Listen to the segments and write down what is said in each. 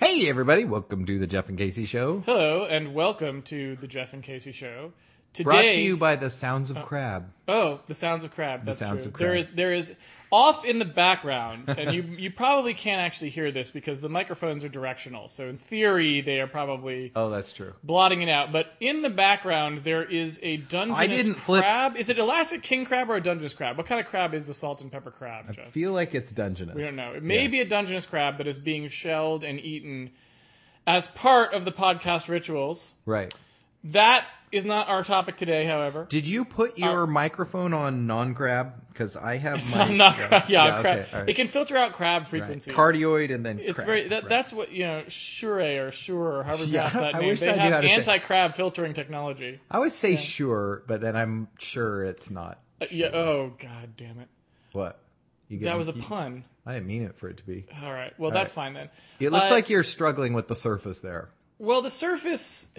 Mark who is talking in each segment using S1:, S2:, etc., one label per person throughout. S1: Hey, everybody. Welcome to the Jeff and Casey Show.
S2: Hello and welcome to the Jeff and Casey Show. Today,
S1: Brought to you by the Sounds of Crab.
S2: oh, the sounds of crab. That's
S1: sounds
S2: true.
S1: of
S2: There
S1: crab.
S2: is there is off in the background, and you you probably can't actually hear this because the microphones are directional. So in theory, they are probably
S1: Oh, that's true.
S2: blotting it out. But in the background, there is a dungeness
S1: I didn't flip-
S2: crab. Is it elastic king crab or a dungeness crab? What kind of crab is the salt and pepper crab, Jeff?
S1: Feel like it's Dungeness.
S2: We don't know. It may be a Dungeness crab that is being shelled and eaten as part of the podcast rituals.
S1: Right.
S2: That is not our topic today, however.
S1: Did you
S2: Uh,
S1: put your microphone on non crab? Because I have my.
S2: I'm not crab. Yeah,
S1: yeah,
S2: crab.
S1: okay, all right.
S2: It can filter out crab frequencies.
S1: Cardioid and then
S2: It's
S1: crab.
S2: very that,
S1: right.
S2: that's what you know. Sure or sure or however you
S1: Yeah,
S2: pronounce that
S1: I
S2: name.
S1: wish
S2: they
S1: I knew how
S2: have
S1: to say it.
S2: anti-crab filtering technology.
S1: I always say sure, but then I'm sure it's not.
S2: Uh, yeah. Oh god damn it.
S1: What? You
S2: That
S1: get-
S2: was a
S1: you-
S2: pun.
S1: I didn't mean it for it to be.
S2: All right. Well, that's fine then.
S1: It looks
S2: Uh,
S1: like you're struggling with the surface there.
S2: Well, the surface.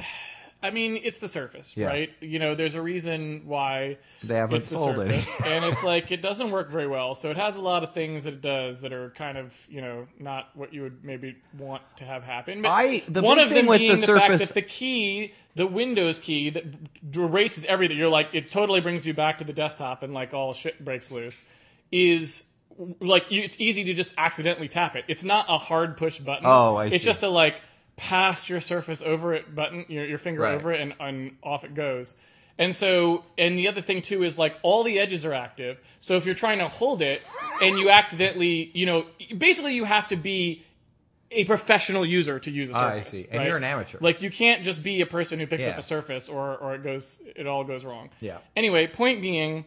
S2: I mean, it's the surface, right? You know, there's a reason why
S1: They haven't
S2: it's the
S1: sold any.
S2: surface, and it's like it doesn't work very well. So it has a lot of things that it does that are kind of you know not what you would maybe want to have happen. But
S1: I- the
S2: one
S1: big
S2: of
S1: thing
S2: them
S1: with
S2: being
S1: the
S2: the, fact
S1: surface-
S2: that the key, the Windows key that erases everything. You're like it totally brings you back to the desktop, and like all shit breaks loose. Is like you, it's easy to just accidentally tap it. It's not a hard push button.
S1: Oh, I
S2: It's
S1: see.
S2: just a like pass your surface over it button, your, your finger
S1: Right.
S2: over it, and, and off it goes. And so, and the other thing too is like all the edges are active. So if you're trying to hold it and you accidentally, you know, basically you have to be a professional user to use a
S1: Ah, I
S2: surface.
S1: see. And
S2: right?
S1: you're an amateur.
S2: Like you can't just be a person who picks
S1: Yeah.
S2: up a surface or or it goes it all goes wrong.
S1: Yeah.
S2: Anyway, point being,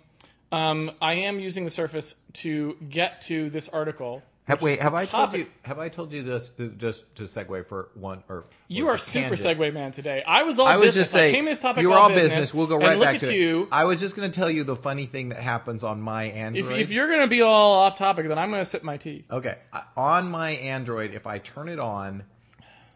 S2: um, I am using the surface to get to this article.
S1: Have, wait, have I told
S2: topic.
S1: you? Have I told you this? Just to segue for one or
S2: You
S1: or
S2: are super
S1: tangent.
S2: segue man today. I was all
S1: I was
S2: business.
S1: just saying,
S2: I came to this topic
S1: you were all
S2: all
S1: business. We'll go right
S2: and
S1: back
S2: look
S1: to
S2: at
S1: it.
S2: you.
S1: I was just going to tell you the funny thing that happens on my Android.
S2: If, if you're going to be all off topic, then I'm going to sip my tea.
S1: okay, I- on my Android, if I turn it on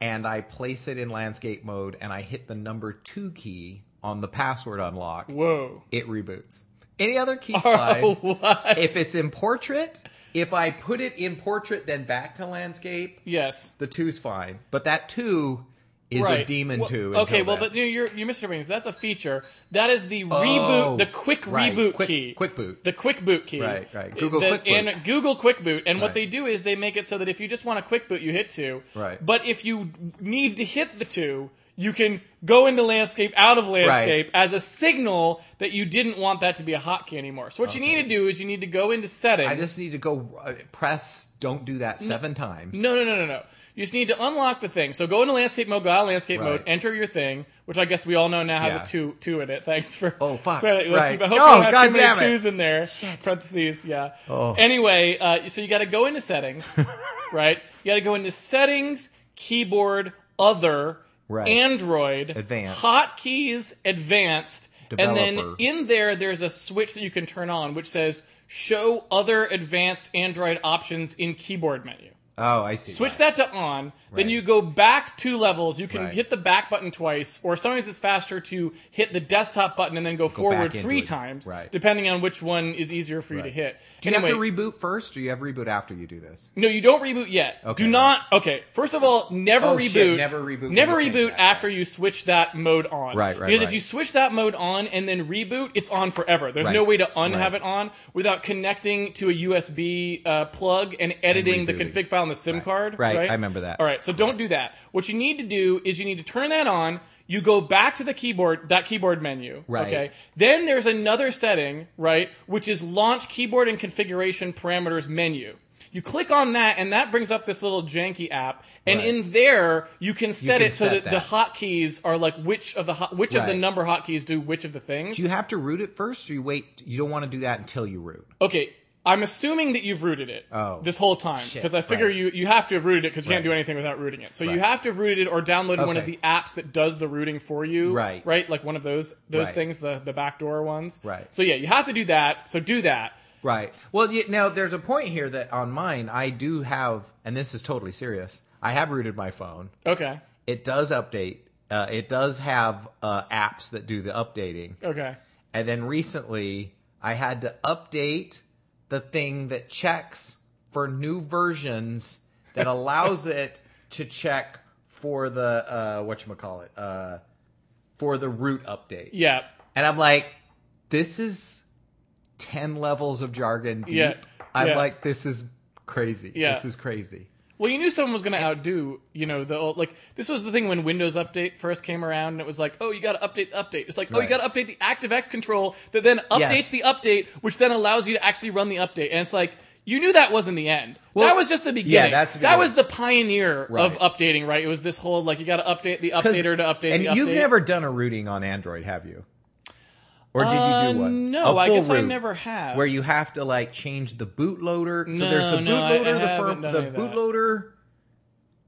S1: and I place it in landscape mode and I hit the number two key on the password unlock,
S2: Whoa.
S1: it reboots. Any other key slide?
S2: Oh, what?
S1: If it's in portrait, if I put it in portrait, then back to landscape,
S2: Yes.
S1: the two's fine, but that two is a demon
S2: Well,
S1: two.
S2: Okay,
S1: until
S2: well,
S1: then.
S2: but no, you're you misunderstanding. That's a feature. That is the reboot, the quick
S1: Oh, right.
S2: reboot
S1: Quick-
S2: key,
S1: quick boot.
S2: the quick boot key.
S1: Right, right. Google
S2: The-
S1: Quick Boot.
S2: and Google quick boot. And
S1: Right.
S2: what they do is they make it so that if you just want a quick boot, you hit two.
S1: Right.
S2: But if you need to hit the two. You can go into landscape, out of landscape, as a signal that you didn't want that to be a hotkey anymore. So what you need to do is you need to go into settings.
S1: I just need to go uh, press. Don't do that seven times.
S2: No, no, no, no, no. You just need to unlock the thing. So go into landscape mode, go out of landscape
S1: Right.
S2: mode, enter your thing, which I guess we all know now has
S1: Yeah.
S2: a two two in it. Thanks for
S1: Oh, fuck.
S2: for- let's-
S1: Right.
S2: I hope
S1: No,
S2: you don't have
S1: God
S2: too many
S1: damn it. Oh.
S2: twos in there. Parentheses, yeah. Anyway, uh, so you got to go into settings, right? You got to go into settings, keyboard, other,
S1: Right.
S2: Android,
S1: Advanced.
S2: hotkeys, advanced, and then
S1: Developer.
S2: in there there's a switch that you can turn on which says show other advanced Android options in keyboard menu.
S1: Oh, I see.
S2: Switch
S1: Right.
S2: that to on.
S1: Right.
S2: Then you go back two levels. You can
S1: Right.
S2: hit the back button twice, or sometimes it's faster to hit the desktop button and then go, forward
S1: into
S2: three
S1: it.
S2: times,
S1: Right.
S2: depending on which one is easier for you to hit.
S1: Do you
S2: anyway,
S1: have to reboot first, or you have reboot after you do this?
S2: no, you don't reboot yet.
S1: Okay,
S2: Do not. Okay, first of all, never
S1: Oh,
S2: reboot.
S1: shit, never reboot.
S2: Never
S1: We changed
S2: reboot
S1: that.
S2: after you switch that mode on.
S1: Right, right,
S2: Because
S1: right.
S2: if you switch that mode on and then reboot, it's on forever. There's
S1: Right,
S2: no way to unhave
S1: right.
S2: it on without connecting to a USB uh, plug and editing the
S1: rebooting.
S2: config file on the SIM card.
S1: Right,
S2: Right.
S1: I remember that.
S2: All right, so don't do that. What you need to do is you need to turn that on. You go back to the keyboard, that keyboard menu.
S1: Right.
S2: Okay. Then there's another setting, right, which is launch keyboard and configuration parameters menu. You click on that, and that brings up this little janky app. And
S1: Right.
S2: in there, you can set
S1: can
S2: it so
S1: set
S2: that, the
S1: that.
S2: hotkeys are like which of the hot, which of the
S1: Right.
S2: number hotkeys do which of the things.
S1: Do you have to root it first, or you wait? You don't want to do that until you root.
S2: okay, I'm assuming that you've rooted it
S1: Oh.
S2: this whole time
S1: Shit,
S2: because I figure
S1: right.
S2: you you have to have rooted it because you can't
S1: Right.
S2: do anything without rooting it. So
S1: Right.
S2: you have to have rooted it or downloaded one of
S1: Okay.
S2: the apps that does the rooting for you.
S1: Right.
S2: right, like one of those those
S1: Right.
S2: things, the the backdoor ones.
S1: Right.
S2: So yeah, you have to do that. So do that.
S1: Right. Well, y now there's a point here that on mine I do have, and this is totally serious. I have rooted my phone.
S2: Okay.
S1: It does update. Uh, it does have uh, apps that do the updating.
S2: Okay.
S1: And then recently, I had to update the thing that checks for new versions that allows it to check for the uh, what you call it uh, for the root update,
S2: Yeah.
S1: and I'm like, this is ten levels of jargon deep.
S2: Yeah.
S1: I'm
S2: Yeah.
S1: like, this is crazy.
S2: Yeah.
S1: This is crazy.
S2: Well, you knew someone was going to outdo, you know, the old, like this was the thing when Windows Update first came around, and it was like, oh, you got to update the update. It's like, oh, you
S1: Right.
S2: got to update the ActiveX control that then
S1: Yes.
S2: updates the update, which then allows you to actually run the update. And it's like, you knew that wasn't the end. that
S1: Well,
S2: was just the beginning.
S1: that's the
S2: that
S1: beginning.
S2: was the pioneer of
S1: Right.
S2: updating, right? It was this whole like you got to update the
S1: 'Cause-
S2: updater to update
S1: And
S2: the update.
S1: you've never done a rooting on Android, have you? Or did
S2: Uh,
S1: you do one?
S2: no,
S1: I
S2: I guess I never have.
S1: Where you have to like change the bootloader.
S2: No,
S1: so there's the
S2: no, I- I
S1: bootloader, the
S2: haven't
S1: firm,
S2: done
S1: the
S2: any of that.
S1: bootloader.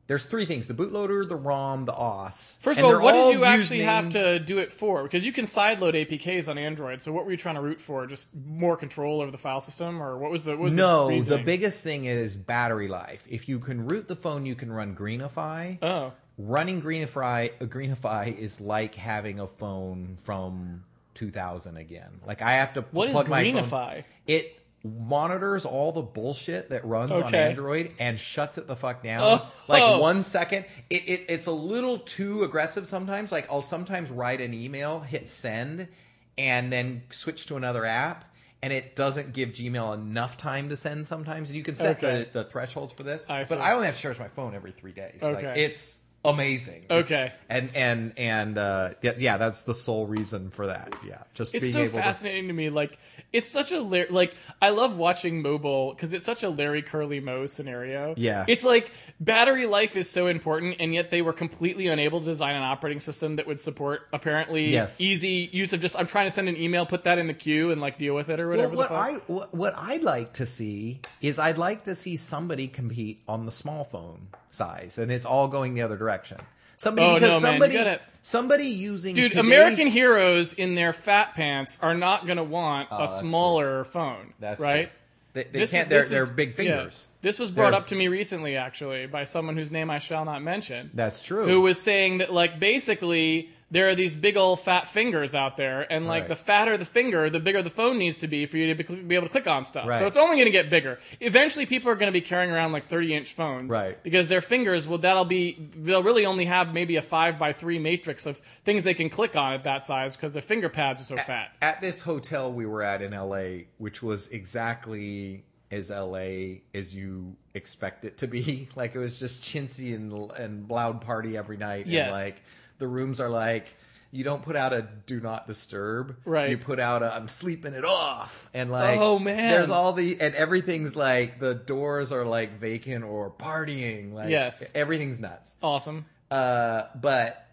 S1: There's three things: the bootloader, the ROM, the OS.
S2: First
S1: And
S2: of all,
S1: they're
S2: what did you
S1: use
S2: actually have
S1: names-
S2: to do it for? Because you can sideload APKs on Android. So what were you trying to root for? Just more control over the file system, or what was the what was
S1: No,
S2: the,
S1: the
S2: reasoning?
S1: biggest thing is battery life. If you can root the phone, you can run Greenify.
S2: oh
S1: Running Greenify, uh, Greenify is like having a phone from 2000 again. Like I have to
S2: What is
S1: plug my phone-
S2: Greenify?
S1: It monitors all the bullshit that runs on
S2: Okay.
S1: Android and shuts it the fuck down.
S2: Oh.
S1: Like one second, it, it it's a little too aggressive sometimes. Like I'll sometimes write an email, hit send, and then switch to another app. And it doesn't give Gmail enough time to send sometimes. And you can set
S2: Okay.
S1: the, the thresholds for this.
S2: I see.
S1: But I only have to charge my phone every three days. Like
S2: Okay.
S1: it's amazing. It's-
S2: Okay.
S1: and and and uh, yeah, yeah, that's the sole reason for that. Yeah, just
S2: it's
S1: being
S2: so
S1: able to
S2: fascinating to me. Like it's such a Lar- like I love watching mobile because it's such a Larry Curly Moe scenario.
S1: Yeah.
S2: it's like battery life is so important, and yet they were completely unable to design an operating system that would support apparently
S1: Yes.
S2: easy use of just I'm trying to send an email, put that in the queue, and like deal with it or whatever.
S1: Well, what
S2: the fuck.
S1: I what, what I'd like to see is I'd like to see somebody compete on the small phone size, and it's all going the other direction. Somebody
S2: Oh,
S1: because
S2: no, man, you
S1: somebody
S2: gotta-
S1: somebody using
S2: Dude,
S1: today's-
S2: American heroes in their fat pants are not going to want a
S1: Oh, that's
S2: smaller phone,
S1: That's
S2: right?
S1: true. They, they
S2: This-
S1: can't.
S2: this
S1: they're
S2: was-
S1: they're big
S2: yeah.
S1: fingers.
S2: This was brought
S1: They're-
S2: up to me recently, actually, by someone whose name I shall not mention,
S1: That's true.
S2: who was saying that, like, basically there are these big old fat fingers out there, and like
S1: Right.
S2: the fatter the finger, the bigger the phone needs to be for you to be, be able to click on stuff. So
S1: Right.
S2: it's only going to get bigger. Eventually, people are going to be carrying around like thirty-inch phones,
S1: Right.
S2: Because their fingers will that'll be they'll really only have maybe a five by three matrix of things they can click on at that size because their finger pads
S1: Eh.
S2: are so fat.
S1: at this hotel we were at in LA, which was exactly as LA as you expect it to be. Like it was just chintzy and and loud party every night.
S2: Yes.
S1: And like the rooms are like you don't put out a do not disturb.
S2: Right.
S1: You put out a I'm sleeping it off. And like
S2: Oh, man.
S1: There's all the and everything's like the doors are like vacant or partying. Like
S2: Yes.
S1: everything's nuts.
S2: Awesome.
S1: Uh, but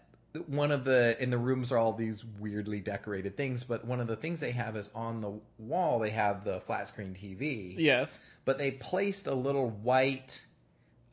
S1: one of the in the rooms are all these weirdly decorated things. But one of the things they have is on the wall they have the flat screen TV.
S2: Yes.
S1: But they placed a little white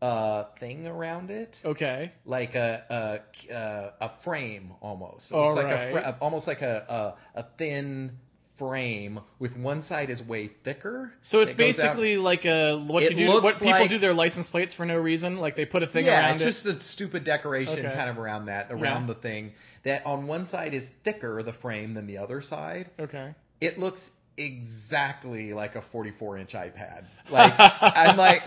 S1: uh thing around it,
S2: Okay.
S1: like a a uh, a, a frame almost. It
S2: All
S1: looks like a
S2: right.
S1: fra- almost like a, a a thin frame with one side is way thicker.
S2: So it's
S1: It goes out-
S2: basically like a what
S1: It
S2: you do,
S1: looks
S2: what people
S1: like-
S2: do their license plates for no reason. Like they put a thing
S1: yeah,
S2: around
S1: it's
S2: it.
S1: just a stupid decoration
S2: Okay.
S1: kind of around that, around
S2: Yeah.
S1: the thing. That on one side is thicker the frame than the other side.
S2: okay.
S1: It looks exactly like a 44 inch iPad. Like I'm like,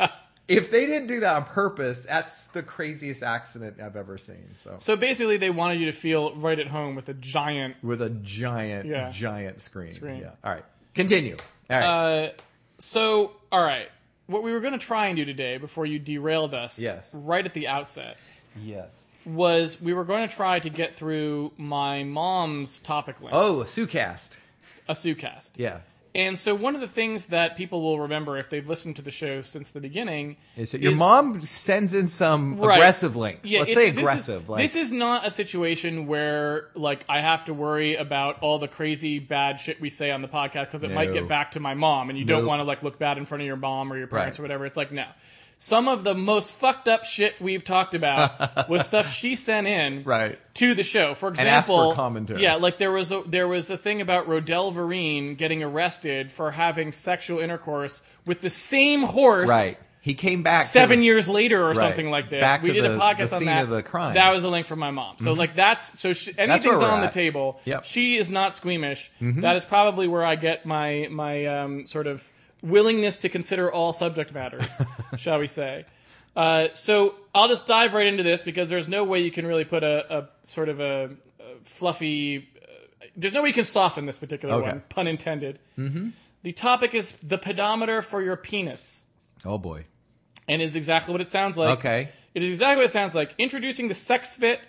S1: if they didn't do that on purpose, that's the craziest accident I've ever seen. So
S2: So basically, they wanted you to feel right at home with a giant.
S1: with a giant,
S2: Yeah.
S1: giant screen.
S2: Screen.
S1: Yeah. All right, continue. All right.
S2: Uh, so all right, what we were going to try and do today before you derailed us,
S1: Yes.
S2: right at the outset,
S1: yes.
S2: was we were going to try to get through my mom's topic list.
S1: Oh, SuCast.
S2: a SuCast.
S1: Yeah.
S2: And so one of the things that people will remember if they've listened to the show since the beginning
S1: Is it- your mom sends in some
S2: Right.
S1: aggressive links.
S2: Yeah,
S1: Let's
S2: it's-
S1: say
S2: this is-
S1: aggressive. like
S2: this is not a situation where like I have to worry about all the crazy bad shit we say on the podcast because it might
S1: No.
S2: get back to my mom, and you don't
S1: Nope.
S2: want to like look bad in front of your mom or your parents
S1: Right.
S2: or whatever. It's like no. Some of the most fucked up shit we've talked about was stuff she sent in
S1: Right.
S2: to the show. For
S1: asked for
S2: example,
S1: commentary.
S2: Yeah, like there was a there was a thing about Rodell Vereen getting arrested for having sexual intercourse with the same horse
S1: Right. He came back to
S2: seven
S1: the-
S2: years later or something like this.
S1: Back
S2: we
S1: to
S2: did a
S1: the-
S2: podcast
S1: the
S2: on
S1: scene
S2: that.
S1: of the crime. Mm-hmm.
S2: That was a link from my mom. So like that's so she, anything's
S1: where we're
S2: on the
S1: at.
S2: table.
S1: Yep. Mm-hmm.
S2: She is not squeamish. That is probably where I get my my um, sort of willingness to consider all subject matters, shall we say. Uh, so I'll just dive right into this because there's no way you can really put a, a sort of a, a fluffy. Uh, there's no way you can soften this particular
S1: Okay.
S2: one, pun intended. Mm-hmm. The topic is the pedometer for your penis,
S1: Oh boy.
S2: and is exactly what it sounds like.
S1: Okay.
S2: It is exactly what it sounds like. Introducing the Sex Fit,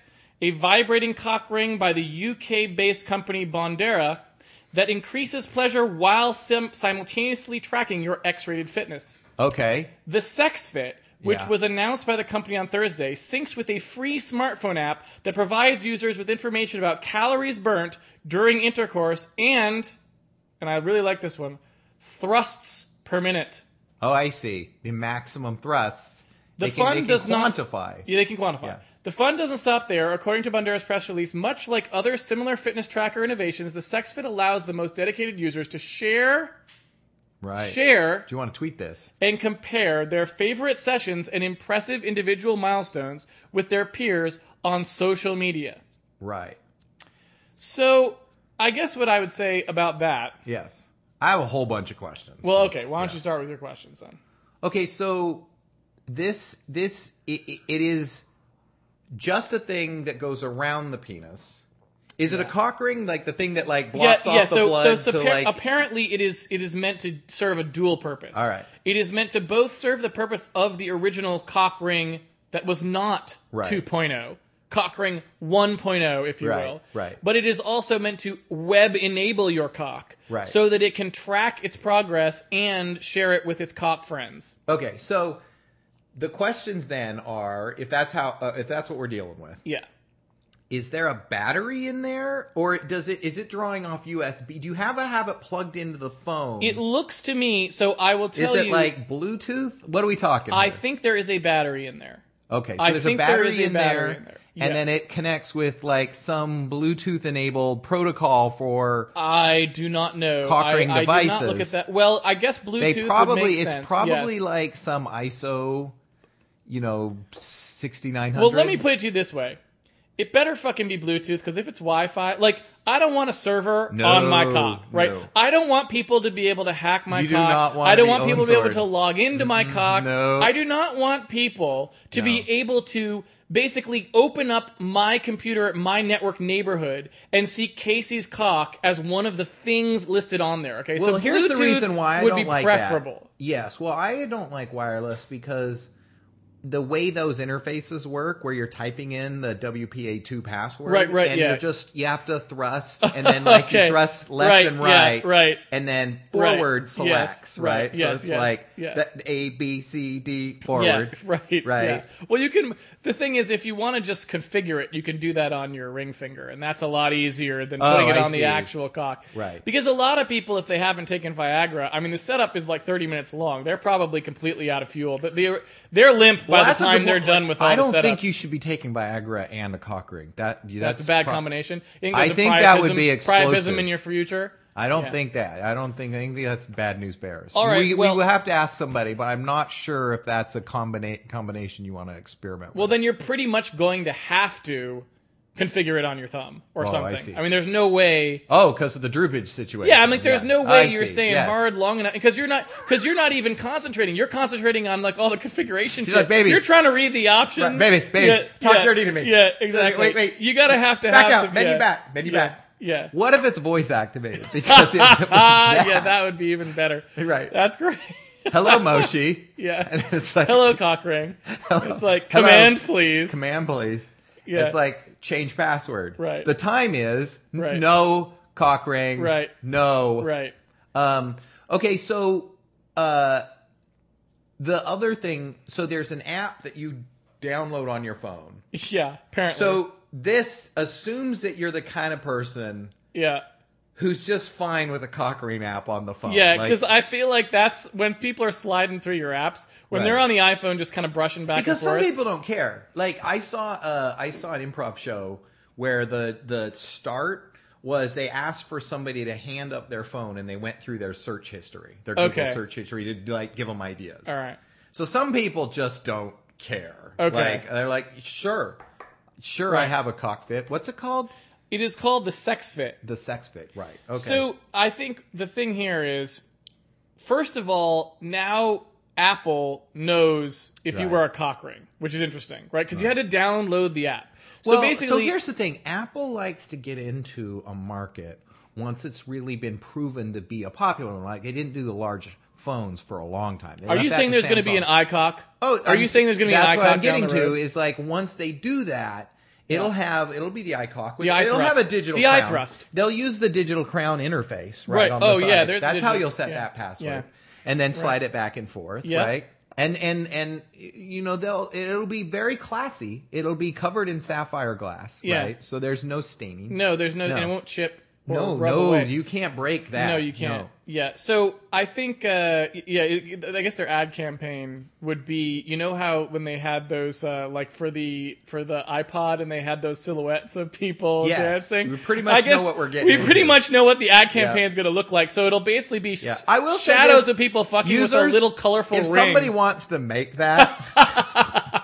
S2: a vibrating cock ring by the UK based company Bondera that increases pleasure while sim- simultaneously tracking your X rated fitness.
S1: Okay.
S2: The Sex Fit, which
S1: Yeah.
S2: was announced by the company on Thursday, syncs with a free smartphone app that provides users with information about calories burnt during intercourse and, and I really like this one, thrusts per minute.
S1: Oh, I see. The maximum thrusts.
S2: The
S1: they can,
S2: fun
S1: they can
S2: does not
S1: quantify.
S2: Yeah, they can quantify. The fun doesn't stop there. According to Bandera's press release, much like other similar fitness tracker innovations, the SexFit allows the most dedicated users to share,
S1: Right.
S2: share,
S1: Do you want to tweet this?
S2: and compare their favorite sessions and impressive individual milestones with their peers on social media.
S1: Right.
S2: So, I guess what I would say about that.
S1: Yes. I have a whole bunch of questions.
S2: Well, okay. Why don't you start with your questions then?
S1: Okay, so this this i i- it is just a thing that goes around the penis. Is it a cock ring, like the thing that like blocks off the
S2: so,
S1: blood
S2: so, so
S1: to
S2: appar-
S1: like?
S2: apparently it is it is meant to serve a dual purpose.
S1: All right.
S2: It is meant to both serve the purpose of the original cock ring that was not
S1: Right.
S2: 2.0, cock ring 1.0 if you
S1: Right,
S2: will.
S1: right.
S2: But it is also meant to web enable your cock
S1: Right.
S2: so that it can track its progress and share it with its cock friends.
S1: okay, so the questions then are: if that's how, uh, if that's what we're dealing with,
S2: Yeah.
S1: is there a battery in there, or does it is it drawing off USB? Do you have a have it plugged into the phone?
S2: It looks to me so I will
S1: is
S2: tell
S1: it
S2: you
S1: like Bluetooth? What are we talking?
S2: I
S1: here?
S2: think there is a battery in there.
S1: Okay, so
S2: I
S1: there's
S2: think
S1: a
S2: there
S1: battery,
S2: is a
S1: in,
S2: battery
S1: there,
S2: in there.
S1: and then
S2: Yes.
S1: it connects with like some Bluetooth enabled protocol for.
S2: I do not know.
S1: Cock
S2: I,
S1: ring
S2: I did not look at
S1: devices.
S2: that. Well, I guess Bluetooth
S1: they probably
S2: would make
S1: it's
S2: sense,
S1: probably
S2: yes.
S1: like some ISO, you know, sixty nine hundred.
S2: Well, let me put it to you this way: it better fucking be Bluetooth because if it's Wi-Fi, like I don't want a server
S1: No,
S2: on my cock, right?
S1: no.
S2: I don't want people to be able to hack my
S1: You do
S2: cock.
S1: not want
S2: I don't
S1: the Mm-hmm.
S2: want people to be able
S1: own-sword.
S2: to log into my cock.
S1: no.
S2: I do not want people to be able to basically open up my computer, my network neighborhood, and see Casey's cock as one of the things listed on there. Okay,
S1: Well,
S2: so
S1: here's the
S2: Bluetooth
S1: reason why I
S2: would
S1: don't
S2: be
S1: like
S2: preferable.
S1: That. Yes, well, I don't like wireless because the way those interfaces work, where you're typing in the WPA2 password,
S2: Right, right,
S1: and
S2: yeah.
S1: you're just you have to thrust, and then like
S2: Okay.
S1: you thrust left
S2: Right,
S1: and
S2: yeah,
S1: right,
S2: right.
S1: and then
S2: Right.
S1: forward
S2: Yes,
S1: selects,
S2: right,
S1: right?
S2: yes,
S1: so it's
S2: yes,
S1: like
S2: yes.
S1: that A B C D forward,
S2: Yeah, right.
S1: right.
S2: yeah. Well, you can. The thing is, if you want to just configure it, you can do that on your ring finger, and that's a lot easier than
S1: Oh,
S2: putting it
S1: I
S2: on the
S1: see.
S2: actual cock.
S1: Right.
S2: Because a lot of people, if they haven't taken Viagra, I mean, the setup is like 30 minutes long. They're probably completely out of fuel. Th- They're they're limp
S1: Well,
S2: by the
S1: that's a good
S2: time they're
S1: point.
S2: done with all
S1: I don't
S2: the setup.
S1: think you should be taking Viagra and a cock ring. That that's,
S2: that's, a bad
S1: pro-
S2: combination. You
S1: I
S2: there's a
S1: think that would
S2: priapism-
S1: be
S2: priapism
S1: explosive.
S2: in your future.
S1: I don't
S2: Yeah.
S1: think that. I don't think I think that's bad news bears.
S2: All right,
S1: we,
S2: well-
S1: we will have to ask somebody, but I'm not sure if that's a combina- combination you want to experiment
S2: Well,
S1: with.
S2: then you're pretty much going to have to configure it on your thumb or
S1: Oh, I
S2: something.
S1: see.
S2: I mean, there's no way.
S1: Oh, because of the droopage situation.
S2: Yeah, I'm like, there's
S1: Yeah.
S2: no
S1: I
S2: way you're
S1: see.
S2: staying
S1: Yes.
S2: hard long enough because you're not because you're not even concentrating. You're concentrating on like all the configuration.
S1: She's
S2: shit.
S1: like, "Baby,
S2: you're trying to read the options.
S1: Right, baby, baby, talk dirty to me.
S2: Yeah,
S1: She's like,
S2: exactly.
S1: "Wait, wait.
S2: you gotta have to
S1: Back
S2: have
S1: out,
S2: to,
S1: menu
S2: yeah.
S1: back, menu
S2: Yeah,
S1: back.
S2: Yeah.
S1: What if it's voice activated? Because it was
S2: Ah, yeah,
S1: that.
S2: that would be even better.
S1: Right.
S2: That's great.
S1: Hello, Moshi.
S2: Yeah.
S1: And it's like,
S2: Hello, Cockring. It's like
S1: Hello.
S2: command, please.
S1: command, please.
S2: Yeah.
S1: It's like, change password.
S2: Right.
S1: The time is n-
S2: Right.
S1: no cock ring.
S2: Right.
S1: No.
S2: Right.
S1: Um, okay, so uh, the other thing, so there's an app that you download on your phone.
S2: Yeah. Apparently.
S1: So this assumes that you're the kind of person
S2: yeah.
S1: who's just fine with a cock ring app on the phone.
S2: Yeah,
S1: Like,
S2: because I feel like that's when people are sliding through your apps when
S1: Right.
S2: they're on the iPhone, just kind of brushing back
S1: because
S2: and
S1: some
S2: forth.
S1: people don't care. Like I saw, uh, I saw an improv show where the the start was they asked for somebody to hand up their phone and they went through their search history, their Google
S2: Okay.
S1: search history to like give them ideas.
S2: All right.
S1: So some people just don't care.
S2: Okay.
S1: Like they're like, sure, sure, I have a cockfit. What's it called?
S2: It is called the sex fit.
S1: The sex fit. Right. Okay.
S2: So I think the thing here is, first of all, now Apple knows if you
S1: Right.
S2: wear a cock ring, which is interesting, right? Because you had to download the app. So
S1: Well,
S2: basically,
S1: so here's the thing: Apple likes to get into a market once it's really been proven to be a popular one. Like they didn't do the large phones for a long time. They
S2: are
S1: left
S2: you
S1: that
S2: saying
S1: to
S2: there's going to be
S1: Samsung.
S2: an iCock?
S1: Oh,
S2: are
S1: I'm-
S2: you saying there's going to be
S1: that's
S2: an iCock?
S1: what I'm getting
S2: down the road?
S1: to is like once they do that, it'll have it'll be the iCock. Which,
S2: The eye
S1: it'll
S2: thrust.
S1: have a digital.
S2: The eye
S1: crown.
S2: thrust.
S1: They'll use the digital crown interface right,
S2: Right.
S1: on the
S2: Oh,
S1: side.
S2: yeah, there's
S1: that's
S2: digital-
S1: how you'll set
S2: yeah.
S1: that password,
S2: Yeah.
S1: and then slide it back and forth,
S2: Yeah.
S1: right? And and and you know they'll it'll be very classy. It'll be covered in sapphire glass,
S2: Yeah.
S1: right? So there's no staining.
S2: No, there's no,
S1: No.
S2: and it won't chip. Or
S1: no,
S2: rub
S1: no,
S2: away.
S1: you can't break that.
S2: No, you can't. Yeah. So I think, uh, y- yeah, it, it- I guess their ad campaign would be, you know, how when they had those, uh, like for the for the iPod, and they had those silhouettes of people
S1: Yes.
S2: dancing.
S1: We pretty
S2: I
S1: much know
S2: guess
S1: what we're getting
S2: We pretty
S1: into.
S2: much know what the ad campaign's going to look like. So it'll basically be
S1: Yeah.
S2: s-
S1: I will say this,
S2: shadows of people fucking with
S1: Users,
S2: a little colorful
S1: If
S2: ring.
S1: somebody wants to make that,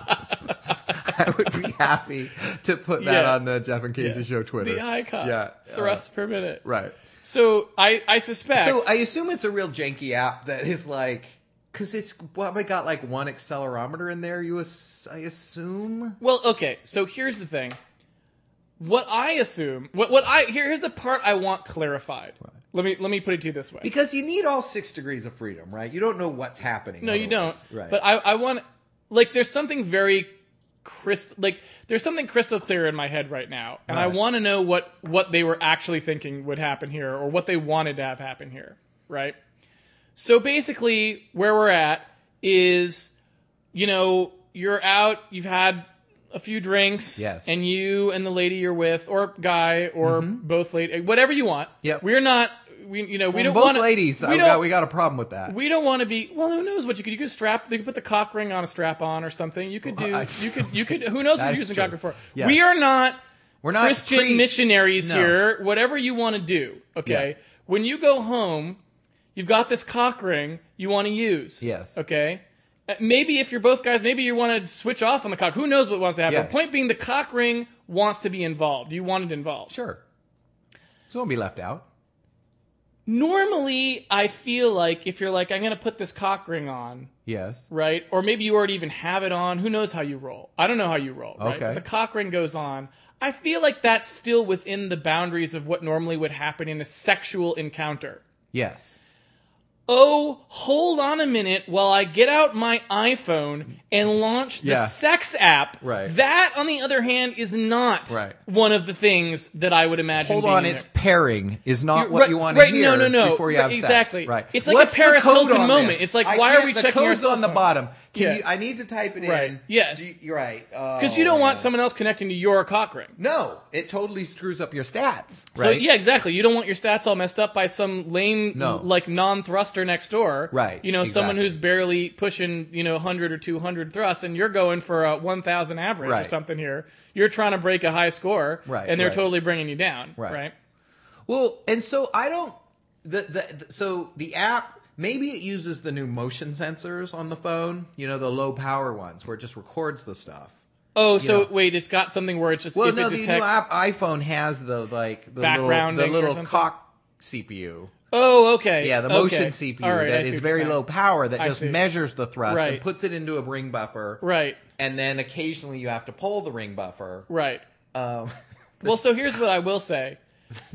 S1: I would be happy to put that
S2: Yeah.
S1: on the Jeff and Casey
S2: Yes.
S1: Show Twitter.
S2: the icon,
S1: yeah,
S2: thrust per minute.
S1: uh, right.
S2: So I, I suspect.
S1: So I assume it's a real janky app that is like. Cause it's probably got like one accelerometer in there. You, ass- I assume.
S2: Well, okay. So here's the thing. What I assume, what what I here, here's the part I want clarified. Let me let me put it to you this way.
S1: Because you need all six degrees of freedom, right? You don't know what's happening.
S2: No, you don't.
S1: otherwise. Right.
S2: But I I want like there's something very crystal like there's something crystal clear in my head right now, and I
S1: Right.
S2: want to know what what they were actually thinking would happen here, or what they wanted to have happen here, right? So basically, where we're at is, you know, you're out, you've had a few drinks,
S1: Yes.
S2: and you and the lady you're with, or guy, or both lady, whatever you want.
S1: Mm-hmm. Yep.
S2: We're not. We you know we
S1: we
S2: don't
S1: both
S2: want
S1: ladies.
S2: We
S1: I
S2: don't,
S1: got, we got a problem with that.
S2: we don't want to be. Well, who knows what you could? You could strap. You could put the cock ring on a strap on or something. You could do.
S1: Well, I-
S2: you could. You could. Who knows what
S1: That
S2: you're
S1: is
S2: using
S1: true.
S2: cock ring for?
S1: Yeah.
S2: We are not
S1: We're not
S2: Christian
S1: pre-
S2: missionaries
S1: No.
S2: here. Whatever you want to do, okay.
S1: Yeah.
S2: When you go home, you've got this cock ring you want to use.
S1: Yes.
S2: Okay. Uh, Maybe if you're both guys, maybe you want to switch off on the cock. Who knows what wants to happen?
S1: Yeah.
S2: The Point being, the cock ring wants to be involved. You want it involved.
S1: Sure. So don't be left out.
S2: Normally, I feel like if you're like, I'm going to put this cock ring on,
S1: Yes.
S2: right? Or maybe you already even have it on. Who knows how you roll? I don't know how you roll, right?
S1: Okay.
S2: But the cock ring goes on. I feel like that's still within the boundaries of what normally would happen in a sexual encounter.
S1: Yes.
S2: Oh, hold on a minute while I get out my iPhone and launch the
S1: Yeah.
S2: sex app.
S1: Right.
S2: That, on the other hand, is not
S1: Right.
S2: one of the things that I would imagine.
S1: Hold
S2: being
S1: on,
S2: in
S1: it's
S2: there.
S1: pairing is not
S2: You're
S1: what
S2: right-
S1: you want to
S2: right,
S1: hear
S2: no, no, no.
S1: before you
S2: Right,
S1: have sex.
S2: exactly.
S1: Right.
S2: It's like a
S1: What's the
S2: Paris
S1: code
S2: Hilton
S1: on
S2: moment.
S1: this?
S2: It's like,
S1: I
S2: why
S1: can't-
S2: are we
S1: the
S2: checking our
S1: code's
S2: cell
S1: on the
S2: phone?
S1: bottom? Can
S2: Yeah.
S1: you? I need to type it
S2: Right.
S1: in.
S2: Yes.
S1: Do you- You're right.
S2: Because you don't want
S1: some.
S2: someone else connecting to your cock ring.
S1: No, it totally screws up your stats. Right.
S2: So yeah, exactly. You don't want your stats all messed up by some lame
S1: No.
S2: like non-thruster next door.
S1: Right,
S2: You know, someone
S1: exactly.
S2: who's barely pushing, you know, 100 or 200 thrusts and you're going for a 1000 average or
S1: Right.
S2: something here. You're trying to break a high score
S1: Right,
S2: and they're
S1: right.
S2: totally bringing you down, right?
S1: Right. Well, and so I don't. The, the the so the app maybe it uses the new motion sensors on the phone. You know the low power ones where it just records the stuff.
S2: Oh, so
S1: Yeah.
S2: wait, it's got something where it's just
S1: Well,
S2: if
S1: no,
S2: it
S1: the new
S2: detects
S1: app iPhone has the like the little,
S2: Backgrounding
S1: the
S2: or
S1: little
S2: something?
S1: cock CPU.
S2: Oh, okay.
S1: Yeah, the
S2: Okay.
S1: motion CPU
S2: All right, I
S1: that
S2: see
S1: is
S2: what
S1: very
S2: you're
S1: low
S2: saying.
S1: power that
S2: I
S1: just
S2: see.
S1: measures the thrust
S2: Right.
S1: and puts it into a ring buffer.
S2: Right.
S1: And then occasionally you have to pull the ring buffer.
S2: Right.
S1: Um,
S2: Well, so here's what I will say.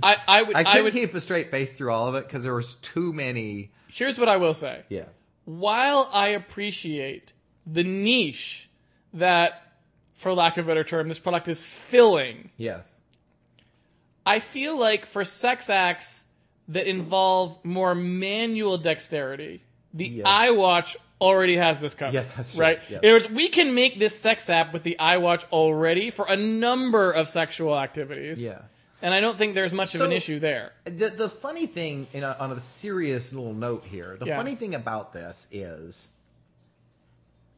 S2: I I would
S1: I couldn't
S2: would
S1: keep a straight face through all of it because there was too many.
S2: here's what I will say.
S1: Yeah.
S2: while I appreciate the niche that, for lack of a better term, this product is filling,
S1: Yes.
S2: I feel like for sex acts that involve more manual dexterity, the
S1: Yes.
S2: iWatch already has this covered.
S1: Yes, that's true.
S2: right.
S1: Yeah.
S2: In other words, we can make this sex app with the iWatch already for a number of sexual activities.
S1: Yeah.
S2: And I don't think there's much of an
S1: So-
S2: issue there.
S1: The, the funny thing, in a, on a serious little note here, the
S2: Yeah.
S1: funny thing about this is,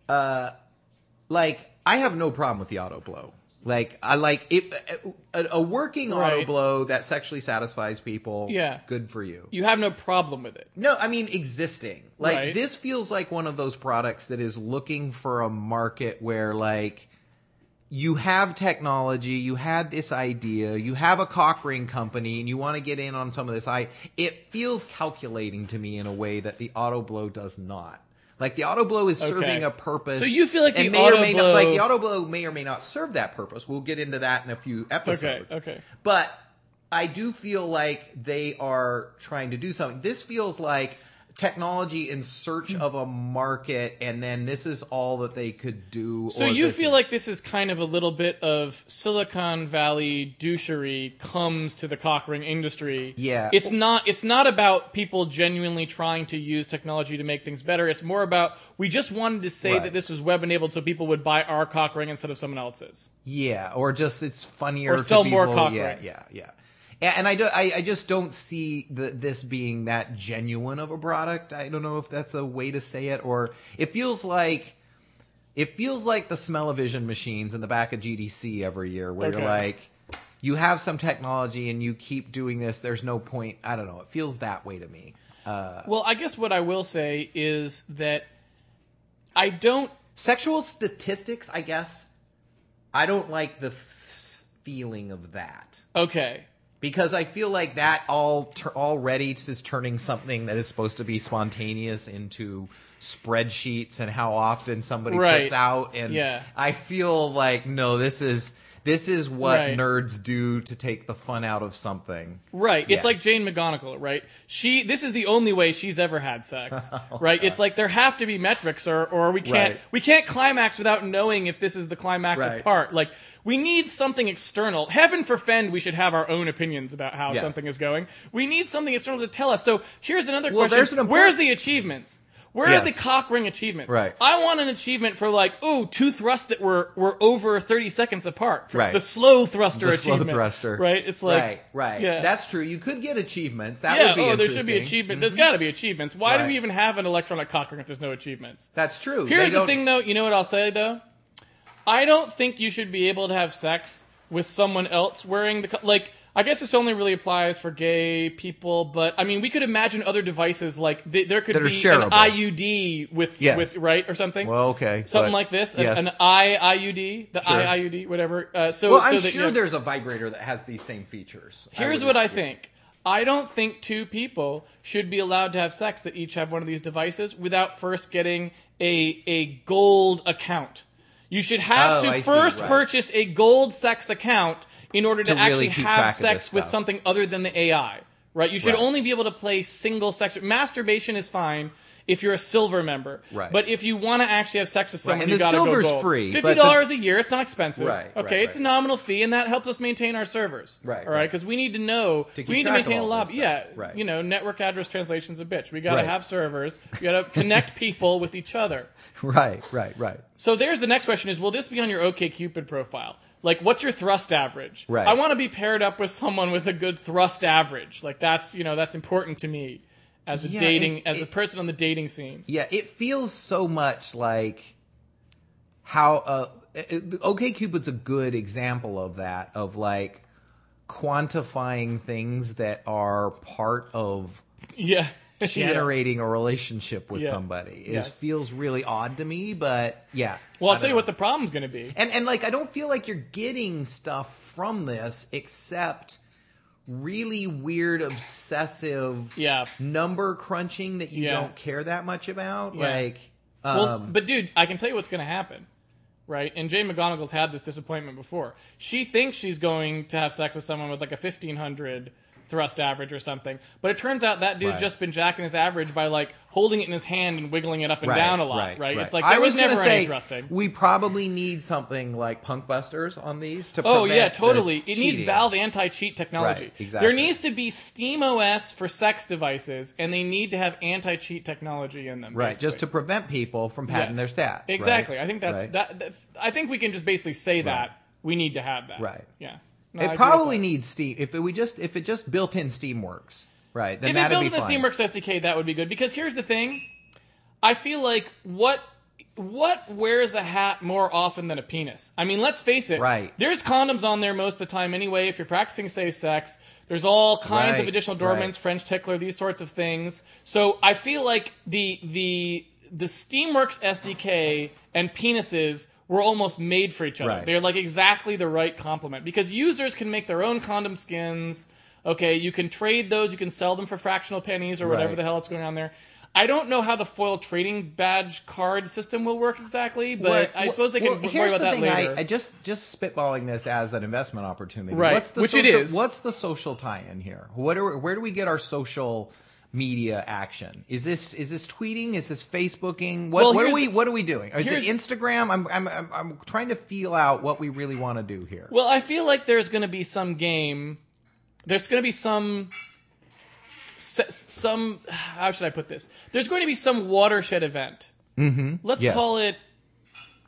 S1: uh, like I have no problem with the auto blow. Like I like if a, a working auto
S2: Right.
S1: blow that sexually satisfies people.
S2: Yeah.
S1: good for you.
S2: You have no problem with it.
S1: No, I mean existing. Like
S2: Right.
S1: this feels like one of those products that is looking for a market where like you have technology, you had this idea, you have a cock ring company and you want to get in on some of this. I it feels calculating to me in a way that the auto blow does not. Like the auto blow is serving
S2: Okay.
S1: a purpose.
S2: So you feel like
S1: and
S2: the
S1: may or may
S2: auto
S1: not, like
S2: blow-
S1: the auto blow may or may not serve that purpose. We'll get into that in a few episodes.
S2: okay.
S1: But I do feel like they are trying to do something. This feels like technology in search of a market, and then this is all that they could do.
S2: So you feel like this is kind of a little bit of Silicon Valley douchery comes to the cock ring industry.
S1: Yeah.
S2: It's not it's not about people genuinely trying to use technology to make things better. It's more about we just wanted to say
S1: Right.
S2: that this was web enabled so people would buy our cock ring instead of someone else's.
S1: Yeah, or just it's funnier
S2: Or
S1: to
S2: sell
S1: people.
S2: more cock
S1: yeah,
S2: rings.
S1: yeah, yeah. And and I, do, I, I just don't see the, this being that genuine of a product. I don't know if that's a way to say it, or it feels like it feels like the smell-o-vision machines in the back of GDC every year, where
S2: Okay.
S1: you're like, you have some technology and you keep doing this. There's no point. I don't know. It feels that way to me.
S2: Well, I guess what I will say is that I don't
S1: Sexual statistics, I guess. I don't like the f- feeling of that.
S2: okay.
S1: because I feel like that all tur already is turning something that is supposed to be spontaneous into spreadsheets and how often somebody
S2: Right.
S1: puts out and
S2: Yeah.
S1: I feel like no this is this is what
S2: Right.
S1: nerds do to take the fun out of something.
S2: Right. It's
S1: Yeah.
S2: like Jane McGonigal, right? She this is the only way she's ever had sex. right? It's like there have to be metrics or or we can't
S1: Right.
S2: we can't climax without knowing if this is the climactic
S1: Right.
S2: part. Like we need something external. Heaven forfend we should have our own opinions about how
S1: Yes.
S2: something is going. We need something external to tell us. So here's another
S1: Well,
S2: question.
S1: there's an important-
S2: Where's the achievements? Where
S1: Yes.
S2: are the cock ring achievements?
S1: Right.
S2: I want an achievement for like, ooh, two thrusts that were were over thirty seconds apart. For
S1: Right.
S2: The slow thruster
S1: The slow
S2: achievement.
S1: thruster.
S2: Right. It's like
S1: right, right.
S2: Yeah.
S1: That's true. You could get achievements. That
S2: Yeah,
S1: would be
S2: oh, there
S1: interesting. Mm-hmm.
S2: should be achievement. There's got to be achievements. Why do
S1: Right.
S2: we even have an electronic cock ring if there's no achievements?
S1: That's true. They
S2: Here's the
S1: don't-
S2: thing, though. You know what I'll say, though? I don't think you should be able to have sex with someone else wearing the. Co- like, I guess this only really applies for gay people, but I mean, we could imagine other devices. Like, th- there could
S1: That are
S2: be
S1: shareable.
S2: an IUD with,
S1: Yes.
S2: with right, or something.
S1: Well, okay.
S2: Something
S1: but-
S2: like this,
S1: Yes.
S2: an, an IIUD, the
S1: Sure.
S2: IIUD, whatever. Uh, so,
S1: well,
S2: so
S1: I'm
S2: that, you
S1: sure
S2: know-
S1: there's a vibrator that has these same features.
S2: Here's
S1: would
S2: what I
S1: assume.
S2: think. I don't think two people should be allowed to have sex that each have one of these devices without first getting a a gold account. You should have
S1: Oh,
S2: to
S1: I see,
S2: first
S1: right.
S2: purchase a gold sex account in order to,
S1: To really
S2: actually
S1: keep track
S2: have
S1: of this
S2: sex with
S1: stuff.
S2: something other than the AI. Right? You should
S1: Right.
S2: only be able to play single sex. Masturbation is fine if you're a silver member.
S1: Right.
S2: But if you want to actually have sex with someone,
S1: and
S2: you
S1: the
S2: gotta
S1: silver's
S2: go gold.
S1: free, but
S2: Fifty
S1: the-
S2: dollars a year. It's not expensive.
S1: Right,
S2: Okay.
S1: right,
S2: It's a
S1: right.
S2: nominal fee, and that helps us maintain our servers.
S1: Right,
S2: All right.
S1: right.
S2: Because we need to know.
S1: To keep
S2: we need to
S1: track of
S2: maintain a
S1: all
S2: lobby.
S1: this
S2: Yeah.
S1: stuff. Right.
S2: You know, network address translation's a bitch. We gotta
S1: Right.
S2: have servers. We gotta connect people with each other.
S1: Right, right, right.
S2: So there's the next question: Is will this be on your OKCupid profile? Like, what's your thrust average?
S1: Right.
S2: I want to be paired up with someone with a good thrust average. Like that's you know that's important to me as a
S1: Yeah,
S2: dating
S1: it-
S2: as a
S1: it-
S2: person on the dating scene.
S1: Yeah, it feels so much like how uh OK Cupid's a good example of that of like quantifying things that are part of
S2: Yeah. Yeah.
S1: generating a relationship with
S2: Yeah.
S1: somebody. It
S2: Yes.
S1: feels really odd to me, but yeah.
S2: Well,
S1: I
S2: I'll
S1: don't
S2: tell you
S1: know.
S2: what the problem's going to be.
S1: And and like I don't feel like you're getting stuff from this except really weird obsessive
S2: Yeah.
S1: number crunching that you
S2: Yeah.
S1: don't care that much about
S2: Yeah.
S1: like
S2: Well,
S1: um,
S2: but dude, I can tell you what's going to happen, right? And Jay McGonigal's had this disappointment before. She thinks she's going to have sex with someone with like a fifteen hundred thrust average or something, but it turns out that dude's
S1: Right.
S2: just been jacking his average by like holding it in his hand and wiggling it up and down a lot, right? It's like
S1: I
S2: there was,
S1: gonna
S2: never
S1: say,
S2: any thrusting.
S1: We probably need something like Punk Busters on these to.
S2: Oh
S1: prevent
S2: yeah,
S1: the
S2: totally. It needs
S1: cheating.
S2: Valve anti-cheat technology.
S1: Right, exactly.
S2: There needs to be Steam OS for sex devices, and they need to have anti-cheat technology in them.
S1: right?
S2: basically.
S1: Just to prevent people from padding
S2: Yes.
S1: their stats. right?
S2: Exactly. I think that's
S1: Right.
S2: that, that- I think we can just basically say that we need to have that.
S1: Right.
S2: Yeah. No, I agree
S1: It
S2: with
S1: probably
S2: that.
S1: needs Steam. If it, we just if it just built in Steam works, right? Then
S2: if it
S1: that'd
S2: built
S1: be
S2: in the
S1: fine.
S2: Steamworks SDK, that would be good. Because here's the thing, I feel like what what wears a hat more often than a penis? I mean, let's face it.
S1: Right.
S2: There's condoms on there most of the time anyway. If you're practicing safe sex, there's all kinds of
S1: Right,
S2: additional
S1: right.
S2: dormants, French tickler, these sorts of things. So I feel like the the the Steamworks SDK and penises were almost made for each other.
S1: Right.
S2: They're like exactly the right complement because users can make their own condom skins. Okay, you can trade those, you can sell them for fractional pennies or whatever
S1: Right.
S2: the hell is going on there. I don't know how the foil trading badge card system will work exactly, but
S1: Well,
S2: I suppose they
S1: well,
S2: can
S1: here's
S2: worry about
S1: the
S2: that
S1: thing,
S2: later.
S1: I, I just just spitballing this as an investment opportunity,
S2: Right,
S1: What's the
S2: which it
S1: social,
S2: is.
S1: What's the social tie-in here? What are, where do we get our social media action? Is this is this tweeting? Is this Facebooking? What,
S2: Well,
S1: what are
S2: here's
S1: we
S2: the-
S1: what are we doing? Is it
S2: here's-
S1: Instagram? I'm I'm, I'm I'm trying to feel out what we really want to do here.
S2: Well, I feel like there's going to be some game. There's going to be some. se- Some. How should I put this? There's going to be some watershed event. Mm-hmm. Let's
S1: Yes.
S2: call it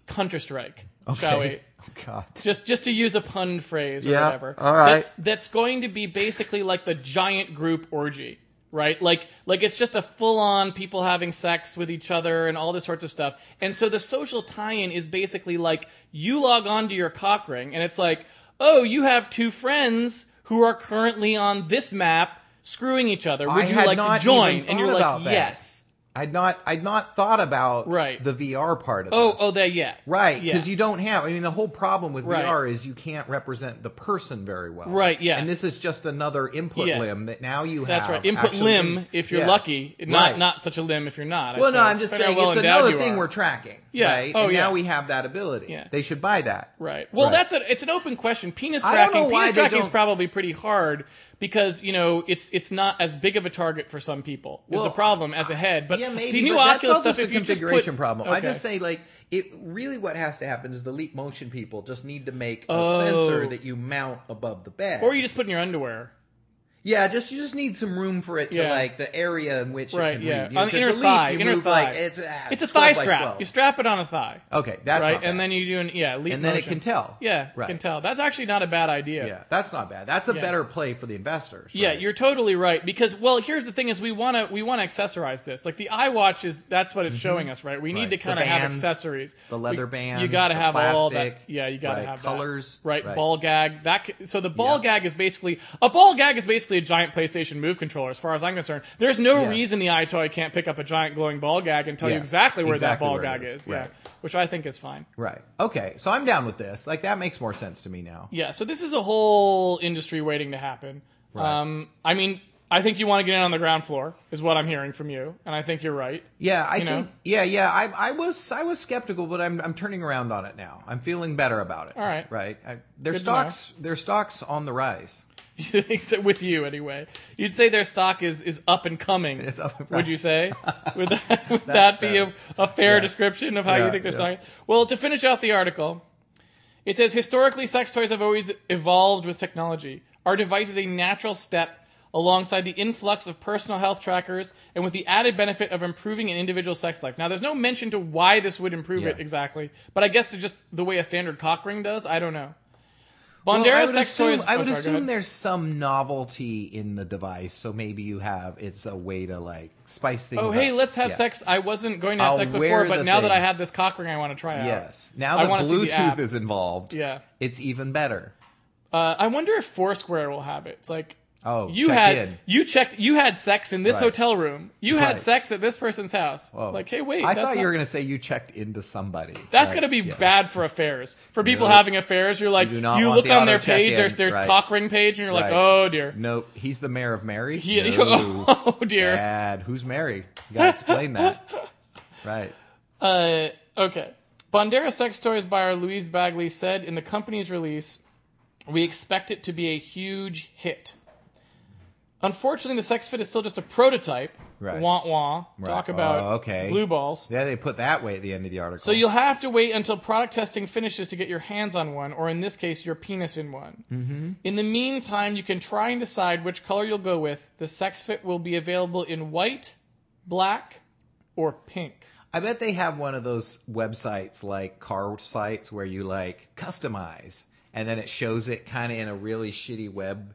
S2: Counter Strike, shall we?
S1: Oh God.
S2: Just just to use a pun phrase or
S1: Yeah,
S2: whatever.
S1: all right.
S2: That's, that's going to be basically like the giant group orgy, right? Like like it's just a full on people having sex with each other and all this sorts of stuff. And so the social tie-in is basically like you log on to your cock ring and it's like, oh, you have two friends who are currently on this map screwing each other. Would
S1: I
S2: you
S1: had
S2: like
S1: not
S2: to join?
S1: even
S2: and you're
S1: thought
S2: like,
S1: about that.
S2: yes.
S1: I'd not I'd not thought about
S2: Right.
S1: the VR part of
S2: Oh
S1: this.
S2: oh that yeah.
S1: Right,
S2: Yeah.
S1: because you don't have. I mean, the whole problem with
S2: Right.
S1: VR is you can't represent the person very well.
S2: Right, yes.
S1: And this is just another input
S2: Yeah.
S1: limb that now you
S2: That's
S1: have.
S2: right. Input
S1: actually-
S2: limb if you're
S1: Yeah.
S2: lucky. Not
S1: Right.
S2: not such a limb if you're not. I
S1: Well, no,
S2: suppose.
S1: I'm just
S2: Depending
S1: saying
S2: on how
S1: it's
S2: well endowed
S1: another
S2: you
S1: thing
S2: are.
S1: we're tracking.
S2: Yeah.
S1: Right?
S2: Oh,
S1: and
S2: yeah.
S1: now we have that ability.
S2: Yeah.
S1: They should buy that.
S2: Right. Well,
S1: Right.
S2: that's a, it's an open question. Penis
S1: I don't know
S2: tracking.
S1: why
S2: Penis
S1: they
S2: tracking is
S1: don't-
S2: probably pretty hard because you know it's it's not as big of a target for some people. Is
S1: Well,
S2: the problem as a head, but
S1: Yeah, maybe.
S2: the new
S1: but
S2: Oculus
S1: that's all
S2: stuff.
S1: just
S2: If
S1: a
S2: you just
S1: configuration
S2: put-
S1: problem. I
S2: Okay.
S1: just say like it. Really, what has to happen is the Leap Motion people just need to make a
S2: Oh.
S1: sensor that you mount above the bed,
S2: or you just put in your underwear.
S1: Yeah, just you just need some room for it to
S2: Yeah.
S1: like the area in which
S2: Right,
S1: it can
S2: yeah.
S1: read. You
S2: On the
S1: because
S2: inner
S1: leap,
S2: thigh,
S1: you
S2: inner
S1: move
S2: thigh.
S1: like it's, ah,
S2: It's a
S1: 12
S2: thigh
S1: by
S2: strap.
S1: 12.
S2: You strap it on a thigh,
S1: Okay, that's
S2: right,
S1: not bad.
S2: and then you do an yeah, leap
S1: and then it
S2: motion.
S1: can tell.
S2: Yeah,
S1: right.
S2: can tell. That's actually not a bad idea.
S1: Yeah, that's not bad. That's a better play for the investors.
S2: Yeah,
S1: right?
S2: you're totally right because well, here's the thing: is we want to we want to accessorize this. Like the iWatch is that's what it's showing us, right? We need
S1: Mm-hmm. Right. The
S2: to kind of have
S1: bands,
S2: accessories.
S1: the leather
S2: We-
S1: bands.
S2: You got to
S1: the
S2: have
S1: plastic,
S2: all that. Yeah, you got to
S1: right,
S2: have that.
S1: colors.
S2: Right, ball gag. That c- so the ball
S1: Yeah.
S2: gag is basically a ball gag is basically a giant PlayStation Move controller. As far as I'm concerned, there's no
S1: Yeah.
S2: reason the iToy can't pick up a giant glowing ball gag and tell you
S1: Yeah,
S2: exactly where
S1: exactly
S2: that ball
S1: where it
S2: gag
S1: is.
S2: is.
S1: Right.
S2: Yeah, which I think is fine.
S1: Right. Okay. So I'm down with this. Like that makes more sense to me now.
S2: Yeah, so this is a whole industry waiting to happen.
S1: Right.
S2: Um, I mean, I think you want to get in on the ground floor, is what I'm hearing from you, and I think you're right.
S1: Yeah, I
S2: You know?
S1: think. Yeah, yeah. I, I was, I was skeptical, but I'm, I'm turning around on it now. I'm feeling better about it. All
S2: right.
S1: Right. I, their
S2: Good to know.
S1: stocks, their stocks on the rise.
S2: Except with you, anyway. You'd say their stock is, is up and coming.
S1: It's up-
S2: Would you say? Would that, would that be a,
S1: better.
S2: a fair
S1: Yeah.
S2: description of how
S1: Yeah,
S2: you think their
S1: yeah.
S2: stock? Well, to finish off the article, it says historically, sex toys have always evolved with technology. Our device is a natural step alongside the influx of personal health trackers and with the added benefit of improving an individual sex life. Now, there's no mention to why this would improve it
S1: Yeah.
S2: exactly, but I guess it's just the way a standard cock ring does. I don't know.
S1: Well,
S2: Bondera
S1: I would
S2: sex
S1: assume,
S2: toys.
S1: I
S2: oh,
S1: would
S2: sorry, go
S1: assume
S2: ahead.
S1: there's some novelty in the device, so maybe you have it's a way to like spice things.
S2: Oh, hey,
S1: up.
S2: let's have
S1: Yeah.
S2: sex. I wasn't going to have
S1: I'll
S2: sex
S1: wear
S2: before,
S1: the
S2: but now that I
S1: thing.
S2: have this cock ring, I want to try out.
S1: Yes. Now
S2: I
S1: that
S2: wanna see the
S1: Bluetooth
S2: app.
S1: is involved,
S2: Yeah.
S1: it's even better.
S2: Uh, I wonder if Foursquare will have it. It's like,
S1: Oh,
S2: you
S1: check
S2: had
S1: in.
S2: you checked you had sex in this
S1: Right.
S2: hotel room. You had
S1: Right.
S2: sex at this person's house.
S1: Oh.
S2: Like, hey, wait,
S1: I
S2: that's
S1: thought
S2: not-
S1: you were going to say you checked into somebody.
S2: That's
S1: Right.
S2: going to be
S1: Yes.
S2: bad for affairs. For people
S1: No.
S2: having affairs, you're like,
S1: do
S2: you,
S1: not want
S2: look
S1: the
S2: on their
S1: auto check-in.
S2: page, there's their
S1: Right.
S2: cock ring page, and you're like,
S1: Right.
S2: oh dear,
S1: No, he's the mayor of Mary.
S2: Yeah,
S1: No.
S2: oh dear.
S1: Bad. Who's Mary? You got to explain that. Right.
S2: Uh, okay. Bondera Sex Toys buyer Louise Bagley said in the company's release, We expect it to be a huge hit. Unfortunately, the Sex Fit is still just a prototype.
S1: Right.
S2: Wah wah.
S1: Right.
S2: Talk about
S1: Oh, okay.
S2: blue balls.
S1: Yeah, they put that way at the end of the article.
S2: So you'll have to wait until product testing finishes to get your hands on one, or in this case, your penis in one. Mm-hmm. In the meantime, you can try and decide which color you'll go with. The Sex Fit will be available in white, black, or pink.
S1: I bet they have one of those websites like car sites where you like customize and then it shows it kind of in a really shitty web.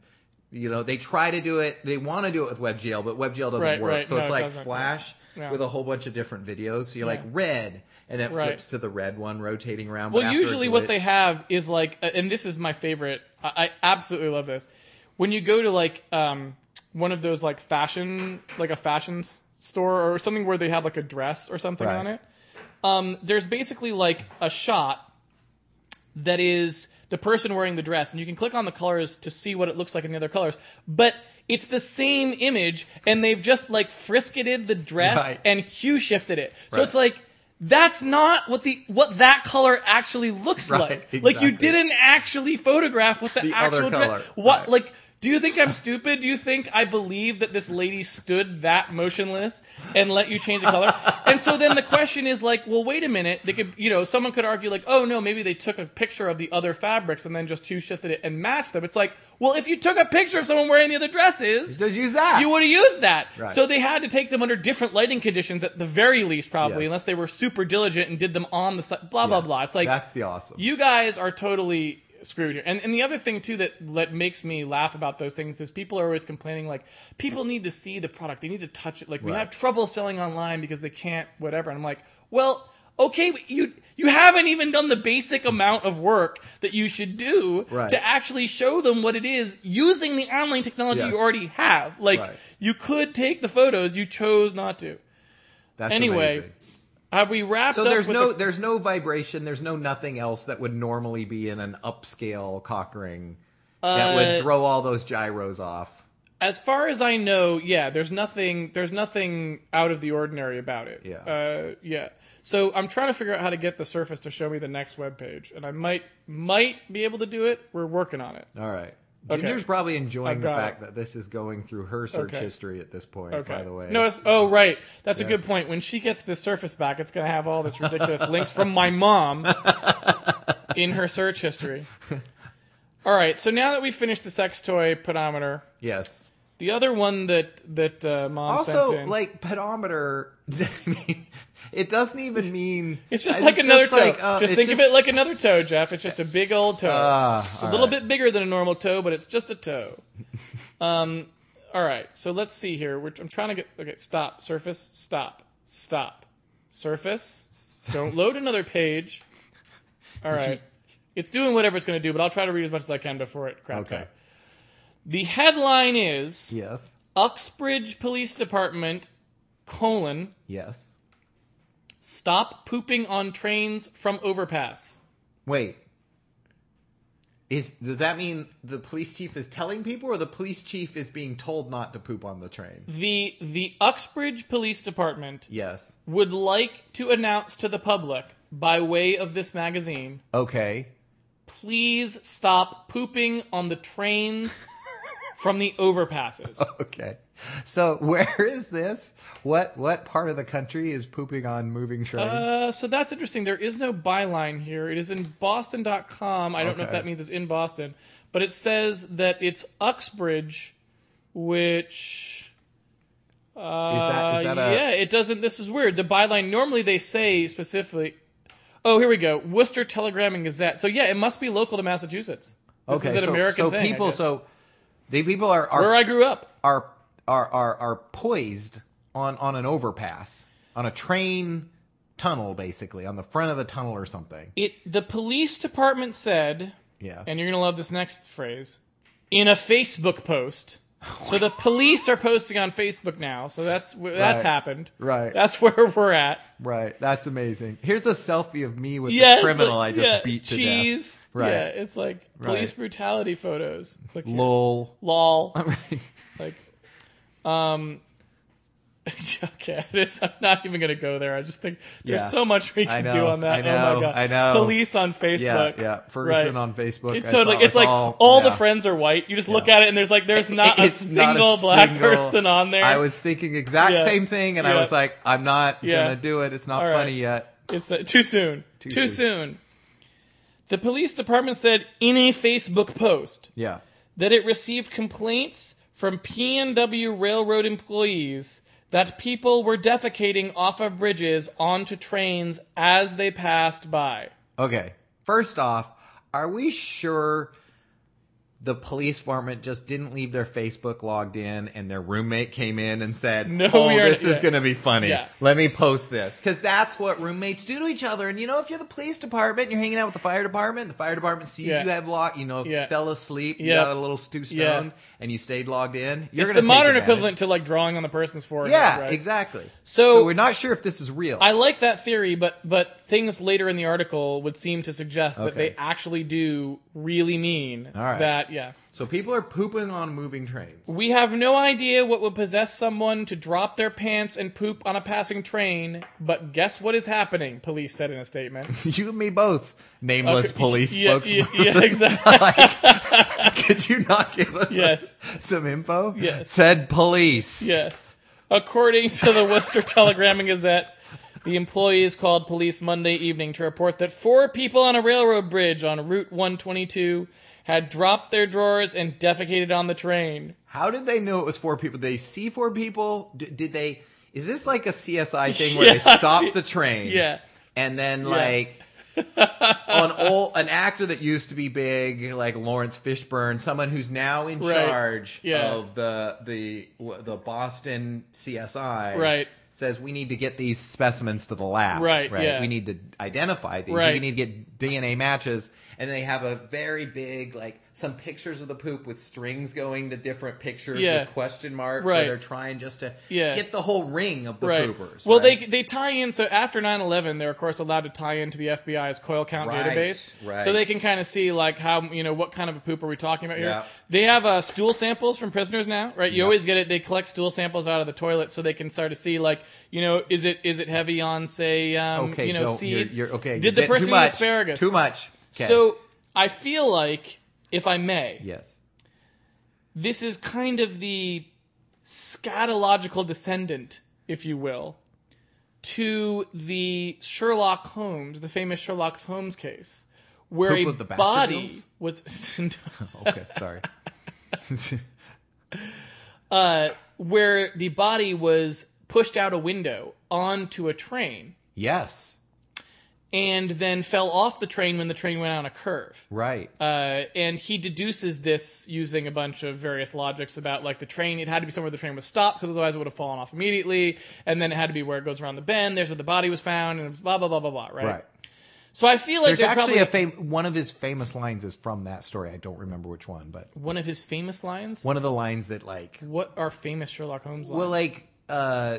S1: You know, they try to do it, they want to do it with WebGL, but WebGL doesn't
S2: Right,
S1: work.
S2: right.
S1: So
S2: No,
S1: it's
S2: it
S1: like
S2: doesn't.
S1: Flash
S2: Yeah.
S1: with a whole bunch of different videos. So you're like red and that
S2: Right.
S1: flips to the red one rotating around. but
S2: Well,
S1: after a
S2: usually what they
S1: glitch-
S2: have is like, uh, and this is my favorite. I, I absolutely love this. When you go to like um, one of those like fashion, like a fashion s- store or something where they have like a dress or something
S1: Right.
S2: on it, um, there's basically like a shot that is the person wearing the dress, and you can click on the colors to see what it looks like in the other colors. But It's the same image, and they've just like frisketed the dress
S1: Right.
S2: and hue shifted it. So
S1: Right.
S2: it's like that's not what the what that color actually looks
S1: Right,
S2: like. Like you
S1: exactly.
S2: didn't actually photograph what the,
S1: The other
S2: actual dre-
S1: color,
S2: What
S1: right.
S2: like do you think I'm stupid? Do you think I believe that this lady stood that motionless and let you change the color? and so then the question is like, well, wait a minute. They could, you know, someone could argue like, oh no, maybe they took a picture of the other fabrics and then just two shifted it and matched them. It's like, well, if you took a picture of someone wearing the other dresses,
S1: Just use that.
S2: you would have used that.
S1: Right.
S2: So they had to take them under different lighting conditions at the very least, probably,
S1: Yes.
S2: unless they were super diligent and did them on the side. Blah blah blah. It's like
S1: that's the awesome.
S2: you guys are totally screwed here. And and the other thing too that that makes me laugh about those things is people are always complaining like people need to see the product, they need to touch it. Like we
S1: Right.
S2: have trouble selling online because they can't whatever. And I'm like, well. Okay, but you you haven't even done the basic amount of work that you should do
S1: Right.
S2: to actually show them what it is using the online technology
S1: Yes.
S2: you already have. Like
S1: Right.
S2: you could take the photos, you chose not to.
S1: that's
S2: Anyway,
S1: amazing.
S2: Have we wrapped
S1: So
S2: up
S1: there's
S2: with
S1: no
S2: the-
S1: there's no vibration. There's no nothing else that would normally be in an upscale cockring that
S2: Uh,
S1: would throw all those gyros off.
S2: as far as I know, yeah, there's nothing there's nothing out of the ordinary about it.
S1: Yeah.
S2: Uh, yeah. So I'm trying to figure out how to get the surface to show me the next web page, and I might might be able to do it. We're working on it.
S1: All right.
S2: Okay.
S1: Ginger's probably enjoying
S2: I've
S1: the
S2: got
S1: fact that this is going through her search
S2: Okay.
S1: history at this point.
S2: Okay.
S1: By the way,
S2: No, it's, oh right. That's a good point. When she gets the surface back, it's going to have all this ridiculous links from my mom in her search history. All right. So now that we finished the sex toy pedometer,
S1: yes.
S2: the other one that that uh, mom
S1: Also,
S2: sent in,
S1: like pedometer, I mean, it doesn't even mean
S2: It's just like another toe.
S1: like, uh,
S2: just
S1: it's
S2: think of
S1: just-
S2: it like another toe, Jeff. It's just a big old toe.
S1: Ah,
S2: it's a
S1: all
S2: little
S1: right.
S2: bit bigger than a normal toe, but it's just a toe. um, all right. So let's see here. We're, I'm trying to get. Okay, stop. Surface. Stop. Stop. Surface. Don't load another page. All right. It's doing whatever it's going to do, but I'll try to read as much as I can before it craps
S1: Okay.
S2: out. The headline is
S1: Yes.
S2: Uxbridge Police Department colon
S1: Yes.
S2: Stop pooping on trains from overpass.
S1: Wait. Is does that mean the police chief is telling people, or the police chief is being told not to poop on the train?
S2: The the Uxbridge Police Department
S1: Yes.
S2: would like to announce to the public by way of this magazine,
S1: Okay.
S2: please stop pooping on the trains from the overpasses.
S1: Okay. So where is this? What what part of the country is pooping on moving trains?
S2: Uh, so that's interesting. There is no byline here. It is in boston.com. I don't know if
S1: Okay.
S2: that means it's in Boston, but it says that it's Uxbridge, which
S1: is that, is
S2: Uh,
S1: that a
S2: yeah, it doesn't. This is weird. The byline normally they say specifically. Oh, here we go. Worcester Telegram and Gazette. So yeah, it must be local to Massachusetts. This
S1: okay?
S2: is an
S1: so,
S2: American
S1: so
S2: thing. I
S1: people
S2: guess.
S1: so the people are are
S2: where I grew up.
S1: are are are, are poised on on an overpass on a train tunnel basically on the front of a tunnel or something
S2: It the police department said,
S1: yeah
S2: and you're gonna love this next phrase, in a Facebook post. So the police are posting on Facebook now. So that's wh-
S1: Right.
S2: that's happened.
S1: Right.
S2: That's where we're at.
S1: right that's amazing here's a selfie of me with
S2: Yeah.
S1: the
S2: it's
S1: criminal
S2: like-
S1: i just
S2: yeah,
S1: beat to death
S2: cheese.
S1: Right.
S2: Yeah. It's like police
S1: Right.
S2: brutality photos. Click here.
S1: lol
S2: Lol.
S1: Right.
S2: Like, um, okay, I just, I'm not even gonna go there. I just think there's
S1: Yeah.
S2: so much we
S1: I
S2: can
S1: know,
S2: do on that.
S1: I
S2: oh my
S1: know,
S2: god,
S1: I know.
S2: Police on
S1: yeah
S2: Facebook.
S1: yeah ferguson
S2: Right.
S1: on facebook
S2: It's
S1: I
S2: totally.
S1: saw- I
S2: it's like
S1: saw-
S2: all, the
S1: yeah.
S2: friends are white. You just look at it and there's like there's not a
S1: It's not
S2: single black
S1: single-
S2: person on there.
S1: i was thinking exact
S2: Yeah.
S1: same thing and
S2: Yeah.
S1: i was like i'm not
S2: Yeah.
S1: gonna do it it's not
S2: All right.
S1: funny yet
S2: It's uh, too soon. Too,
S1: Too
S2: soon. The police department said in a Facebook post
S1: yeah
S2: that it received complaints from P&W railroad employees that people were defecating off of bridges onto trains as they passed by.
S1: Okay. First off, are we sure the police department just didn't leave their Facebook logged in and their roommate came in and said,
S2: No,
S1: Oh,
S2: we are-
S1: this is
S2: yeah.
S1: going to be funny.
S2: Yeah.
S1: Let me post this. Because that's what roommates do to each other. And you know, if you're the police department, and you're hanging out with the fire department, the fire department sees
S2: Yeah.
S1: you have logged, you know,
S2: Yeah.
S1: fell asleep, you
S2: Yeah.
S1: got a little too stoned,
S2: Yeah.
S1: and you stayed logged in. You're
S2: It's
S1: going
S2: the modern equivalent to like drawing on the person's forehead.
S1: Yeah,
S2: right?
S1: exactly.
S2: So-
S1: we're not sure if this is real.
S2: I like that theory, but but things later in the article would seem to suggest that
S1: Okay.
S2: they actually do really mean
S1: All right.
S2: that that. Yeah.
S1: So people are pooping on moving trains.
S2: We have no idea what would possess someone to drop their pants and poop on a passing train, but guess what is happening? Police said in a statement.
S1: you and me both. Nameless
S2: Okay,
S1: police
S2: yeah, yeah,
S1: spokesperson.
S2: yeah, exactly.
S1: like, could you not give us
S2: Yes.
S1: some info?
S2: Yes.
S1: Said police.
S2: Yes. According to the Worcester Telegram and Gazette, the employees called police Monday evening to report that four people on a railroad bridge on Route 122 had dropped their drawers and defecated on the train.
S1: How did they know it was four people? Did they see four people? D- did they? Is this like a CSI thing where they
S2: Yeah.
S1: stop the train?
S2: Yeah.
S1: And then like an old an actor that used to be big, like Lawrence Fishburne, someone who's now in
S2: Right.
S1: charge
S2: Yeah.
S1: of the the w- the Boston CSI,
S2: Right.
S1: Says we need to get these specimens to the lab,
S2: Right, yeah.
S1: We need to identify these. We
S2: Right.
S1: need to get DNA matches, and they have a very big like some pictures of the poop with strings going to different pictures
S2: Yeah.
S1: with question marks.
S2: Right.
S1: where they're trying just to
S2: Yeah.
S1: get the whole ring of the
S2: Right.
S1: poopers.
S2: well,
S1: right?
S2: they they tie in. So after 9/11, they're of course allowed to tie into the FBI's coil count
S1: Right,
S2: database,
S1: right.
S2: so they can kind of see like how you know what kind of a poop are we talking about here.
S1: Yeah.
S2: They have uh, stool samples from prisoners now, right? You
S1: Yeah.
S2: always get it. They collect stool samples out of the toilet, so they can start to see like you know is it is it heavy on say um,
S1: okay,
S2: you know
S1: don't- you're-
S2: seeds?
S1: You're, okay, you're
S2: Did the
S1: getting-
S2: person
S1: too much,
S2: eat asparagus?
S1: Too much. Okay.
S2: So I feel like if I may,
S1: yes,
S2: this is kind of the scatological descendant, if you will, to the Sherlock Holmes, the famous Sherlock Holmes case, where
S1: Poop
S2: a
S1: of the
S2: body
S1: Baskervilles?
S2: was
S1: okay, sorry.
S2: uh, where the body was pushed out a window onto a train
S1: yes,
S2: and then fell off the train when the train went on a curve.
S1: right.
S2: uh, and he deduces this using a bunch of various logics about like the train. It had to be somewhere the train was stopped because otherwise it would have fallen off immediately, and then it had to be where it goes around the bend. There's where the body was found, and blah blah blah blah blah. Right.
S1: right.
S2: So I feel like
S1: There's,
S2: there's,
S1: actually
S2: probably
S1: a fam- one of his famous lines is from that story. I don't remember which one, but
S2: one of his famous lines.
S1: one of the lines that like
S2: What are famous Sherlock Holmes lines?
S1: well like uh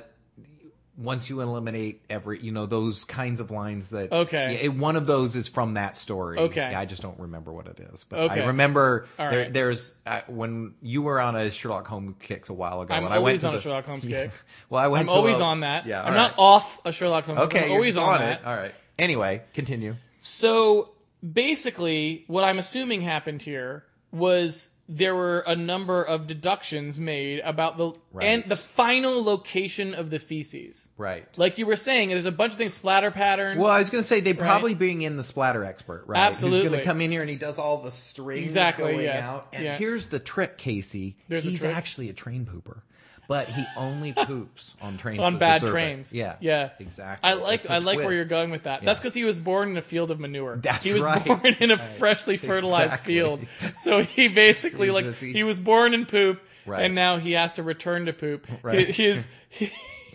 S1: once you eliminate every you know those kinds of lines that
S2: Okay.
S1: Yeah, it- one of those is from that story
S2: Okay.
S1: Yeah, i just don't remember what it is but
S2: Okay.
S1: i remember
S2: All
S1: there,
S2: right.
S1: there's uh, when you were on a sherlock holmes kicks a while ago
S2: I'm
S1: when i went
S2: always
S1: to
S2: on
S1: the,
S2: a Sherlock Holmes kick.
S1: well i went
S2: I'm
S1: to
S2: always
S1: a-
S2: on that.
S1: yeah
S2: I'm
S1: all
S2: not
S1: right.
S2: off a Sherlock Holmes.
S1: okay
S2: I'm
S1: you're
S2: always
S1: just
S2: on,
S1: on
S2: that.
S1: it all right anyway continue
S2: So basically, what I'm assuming happened here was there were a number of deductions made about the
S1: Right.
S2: and the final location of the feces.
S1: right
S2: Like you were saying, there's a bunch of things splatter pattern.
S1: well, I was going to say they probably bring in the splatter expert, right? Who's going
S2: Absolutely.
S1: to come in here and he does all the strings
S2: Exactly,
S1: going
S2: yes.
S1: out. And
S2: Yeah.
S1: here's the trick, Casey.
S2: There's a
S1: He's
S2: trick.
S1: actually a train pooper, but he only poops on trains
S2: on
S1: that
S2: bad
S1: deserve it.
S2: trains.
S1: Yeah,
S2: yeah,
S1: exactly.
S2: I like
S1: It's a
S2: I like where
S1: twist.
S2: you're going with that. That's because he was born in a field of manure.
S1: That's
S2: he was
S1: right.
S2: born in a freshly fertilized
S1: Exactly.
S2: field. So he basically
S1: He
S2: like
S1: just eats-
S2: he was born in poop,
S1: Right.
S2: and now he has to return to poop.
S1: Right.
S2: His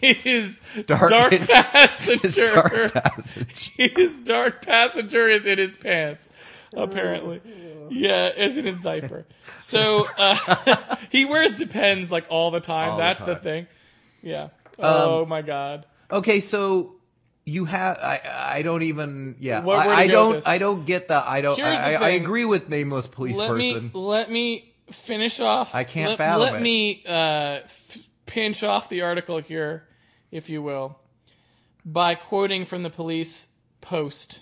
S2: his
S1: Dark-
S2: dark,
S1: his-
S2: passenger
S1: It's dark passage.
S2: his dark passenger is in his pants, apparently. Yeah, is in his diaper. So uh, he wears Depends like all the time.
S1: All the
S2: That's the,
S1: time. Um,
S2: thing. Yeah. Oh my god.
S1: Okay, so you have I I don't even yeah
S2: Where- where
S1: I,
S2: to
S1: I
S2: go
S1: don't
S2: with this?
S1: I don't get the I don't
S2: Here's the
S1: I, I, I
S2: thing.
S1: agree with nameless police
S2: Let
S1: person.
S2: me let me finish off.
S1: I can't
S2: let,
S1: fathom
S2: Let
S1: it.
S2: me uh, f- pinch off the article here, if you will, by quoting from the police post.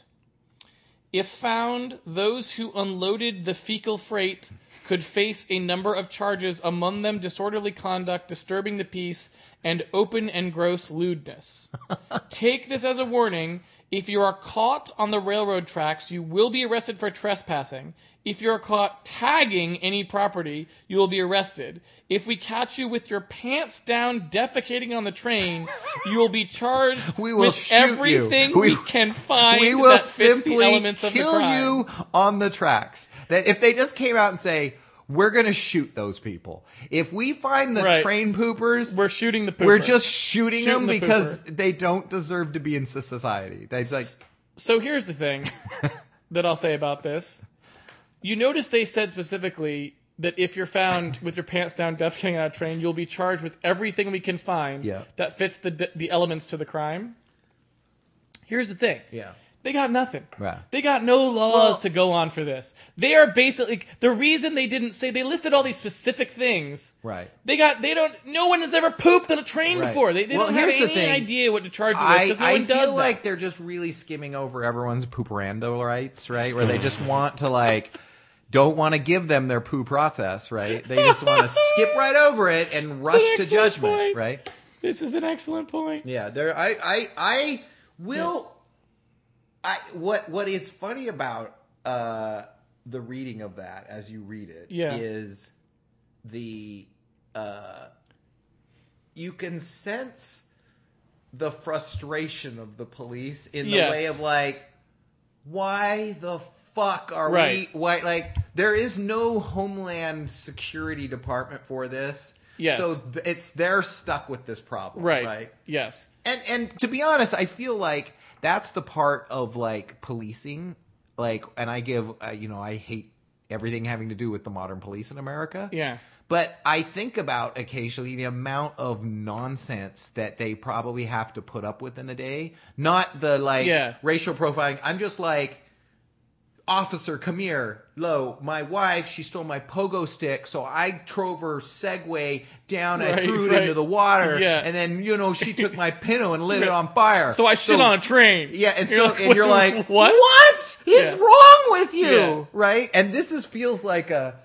S2: If found, those who unloaded the fecal freight could face a number of charges, among them disorderly conduct, disturbing the peace, and open and gross lewdness. Take this as a warning. If you are caught on the railroad tracks, you will be arrested for trespassing. If you are caught tagging any property, you will be arrested. If we catch you with your pants down defecating on the train, you will be charged
S1: We will
S2: with
S1: shoot you.
S2: everything
S1: We-
S2: we can find
S1: we will
S2: that fits the
S1: simply
S2: elements of the
S1: kill
S2: crime.
S1: you on the tracks. That if they just came out and say we're going to shoot those people, if we find the
S2: Right.
S1: train poopers, we're,
S2: We're shooting the pooper.
S1: just shooting,
S2: Shooting
S1: them
S2: the
S1: because they don't deserve to be in s- society. They like
S2: so here's the thing that I'll say about this. You notice they said specifically that if you're found with your pants down defecating on a train, you'll be charged with everything we can find
S1: Yeah.
S2: that fits the the elements to the crime. Here's the thing.
S1: yeah.
S2: They got nothing.
S1: Right.
S2: They got no laws to go on for this. They are basically the reason they didn't say they listed all these specific things.
S1: Right.
S2: They got they don't no one has ever pooped on a train
S1: Right.
S2: before. They, they
S1: Well,
S2: don't have
S1: here's the
S2: any
S1: thing.
S2: idea what to charge you
S1: I,
S2: with because no
S1: I
S2: one
S1: feel
S2: does that.
S1: like they're just really skimming over everyone's pooperando rights, right? Where they just want to like don't want to give them their poo process, right? They just want to skip right over it and rush to
S2: excellent
S1: judgment,
S2: point.
S1: right?
S2: This is an excellent point.
S1: Yeah, there. I I I will. I what what is funny about uh the reading of that as you read it is
S2: Yeah.
S1: the uh you can sense the frustration of the police in the
S2: Yes.
S1: way of like why the fuck are
S2: Right.
S1: we why like there is no homeland security department for this
S2: Yes.
S1: so th- it's they're stuck with this problem
S2: Right.
S1: right
S2: Yes.
S1: and and to be honest, I feel like that's the part of like policing, like, and I give uh, you know I hate everything having to do with the modern police in America.
S2: Yeah.
S1: But I think about occasionally the amount of nonsense that they probably have to put up with in a day. Not the like
S2: Yeah.
S1: racial profiling. I'm just like, officer, come here. Lo, my wife, she stole my pogo stick, so I drove her Segway down. I
S2: Right,
S1: threw it
S2: right.
S1: into the water,
S2: Yeah.
S1: and then you know she took my pinto and lit it on fire.
S2: So I shit on a train.
S1: Yeah, and so and you're like,
S2: what?
S1: What is
S2: Yeah.
S1: wrong with you?
S2: Yeah.
S1: Right? And this is feels like a.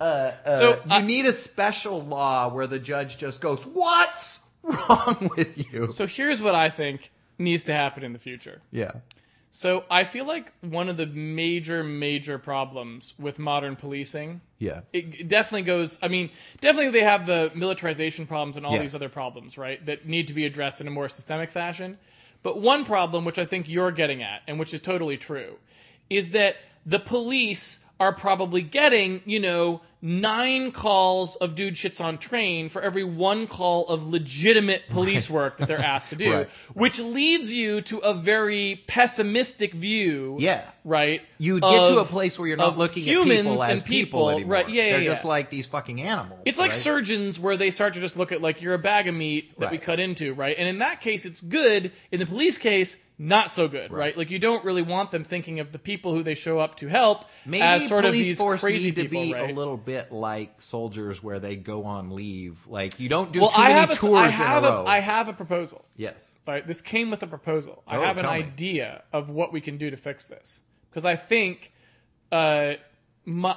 S1: Uh, uh,
S2: So,
S1: you
S2: I-
S1: need a special law where the judge just goes, "What's wrong with you?"
S2: So here's what I think needs to happen in the future.
S1: yeah,
S2: So I feel like one of the major, major problems with modern policing
S1: yeah,
S2: it definitely goes i mean definitely they have the militarization problems and all
S1: Yes.
S2: these other problems right that need to be addressed in a more systemic fashion but one problem which i think you're getting at and which is totally true is that the police are probably getting you know nine calls of dude shits on train for every one call of legitimate police work that they're asked to do
S1: Right.
S2: which leads you to a very pessimistic view
S1: yeah.
S2: right
S1: You get to a
S2: of-
S1: place where you're not
S2: of
S1: looking at
S2: humans
S1: people as
S2: and
S1: people,
S2: people,
S1: anymore.
S2: right, yeah,
S1: They're
S2: yeah,
S1: just
S2: yeah.
S1: like these fucking animals.
S2: It's like
S1: right?
S2: surgeons where they start to just look at like you're a bag of meat that we
S1: Right.
S2: cut into, right? And in that case, it's good. In the police case, not so good, right? Like you don't really want them thinking of the people who they show up to help
S1: Maybe
S2: as sort of
S1: police
S2: these
S1: force
S2: crazy
S1: need to
S2: people,
S1: be
S2: right?
S1: a little bit like soldiers, where they go on leave. Like you don't do
S2: well,
S1: too
S2: I
S1: many
S2: have, a,
S1: tours
S2: I have
S1: in a
S2: a,
S1: row.
S2: I have a proposal.
S1: yes,
S2: All right, this came with a proposal. I
S1: Oh,
S2: have an
S1: tell me.
S2: idea of what we can do to fix this because I think, uh, mu-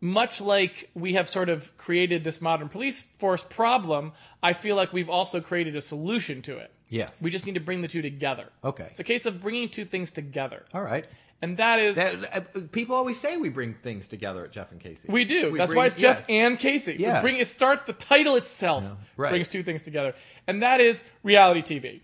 S2: much like we have sort of created this modern police force problem, I feel like we've also created a solution to it.
S1: yes.
S2: We just need to bring the two together.
S1: Okay.
S2: It's a case of bringing two things together.
S1: All right.
S2: And that is
S1: That, uh, people always say we bring things together at Jeff and Casey.
S2: we do. That's
S1: bring-
S2: why it's Jeff and Casey. We
S1: Yeah.
S2: bring it starts the title itself
S1: right.
S2: brings two things together. And that is reality TV.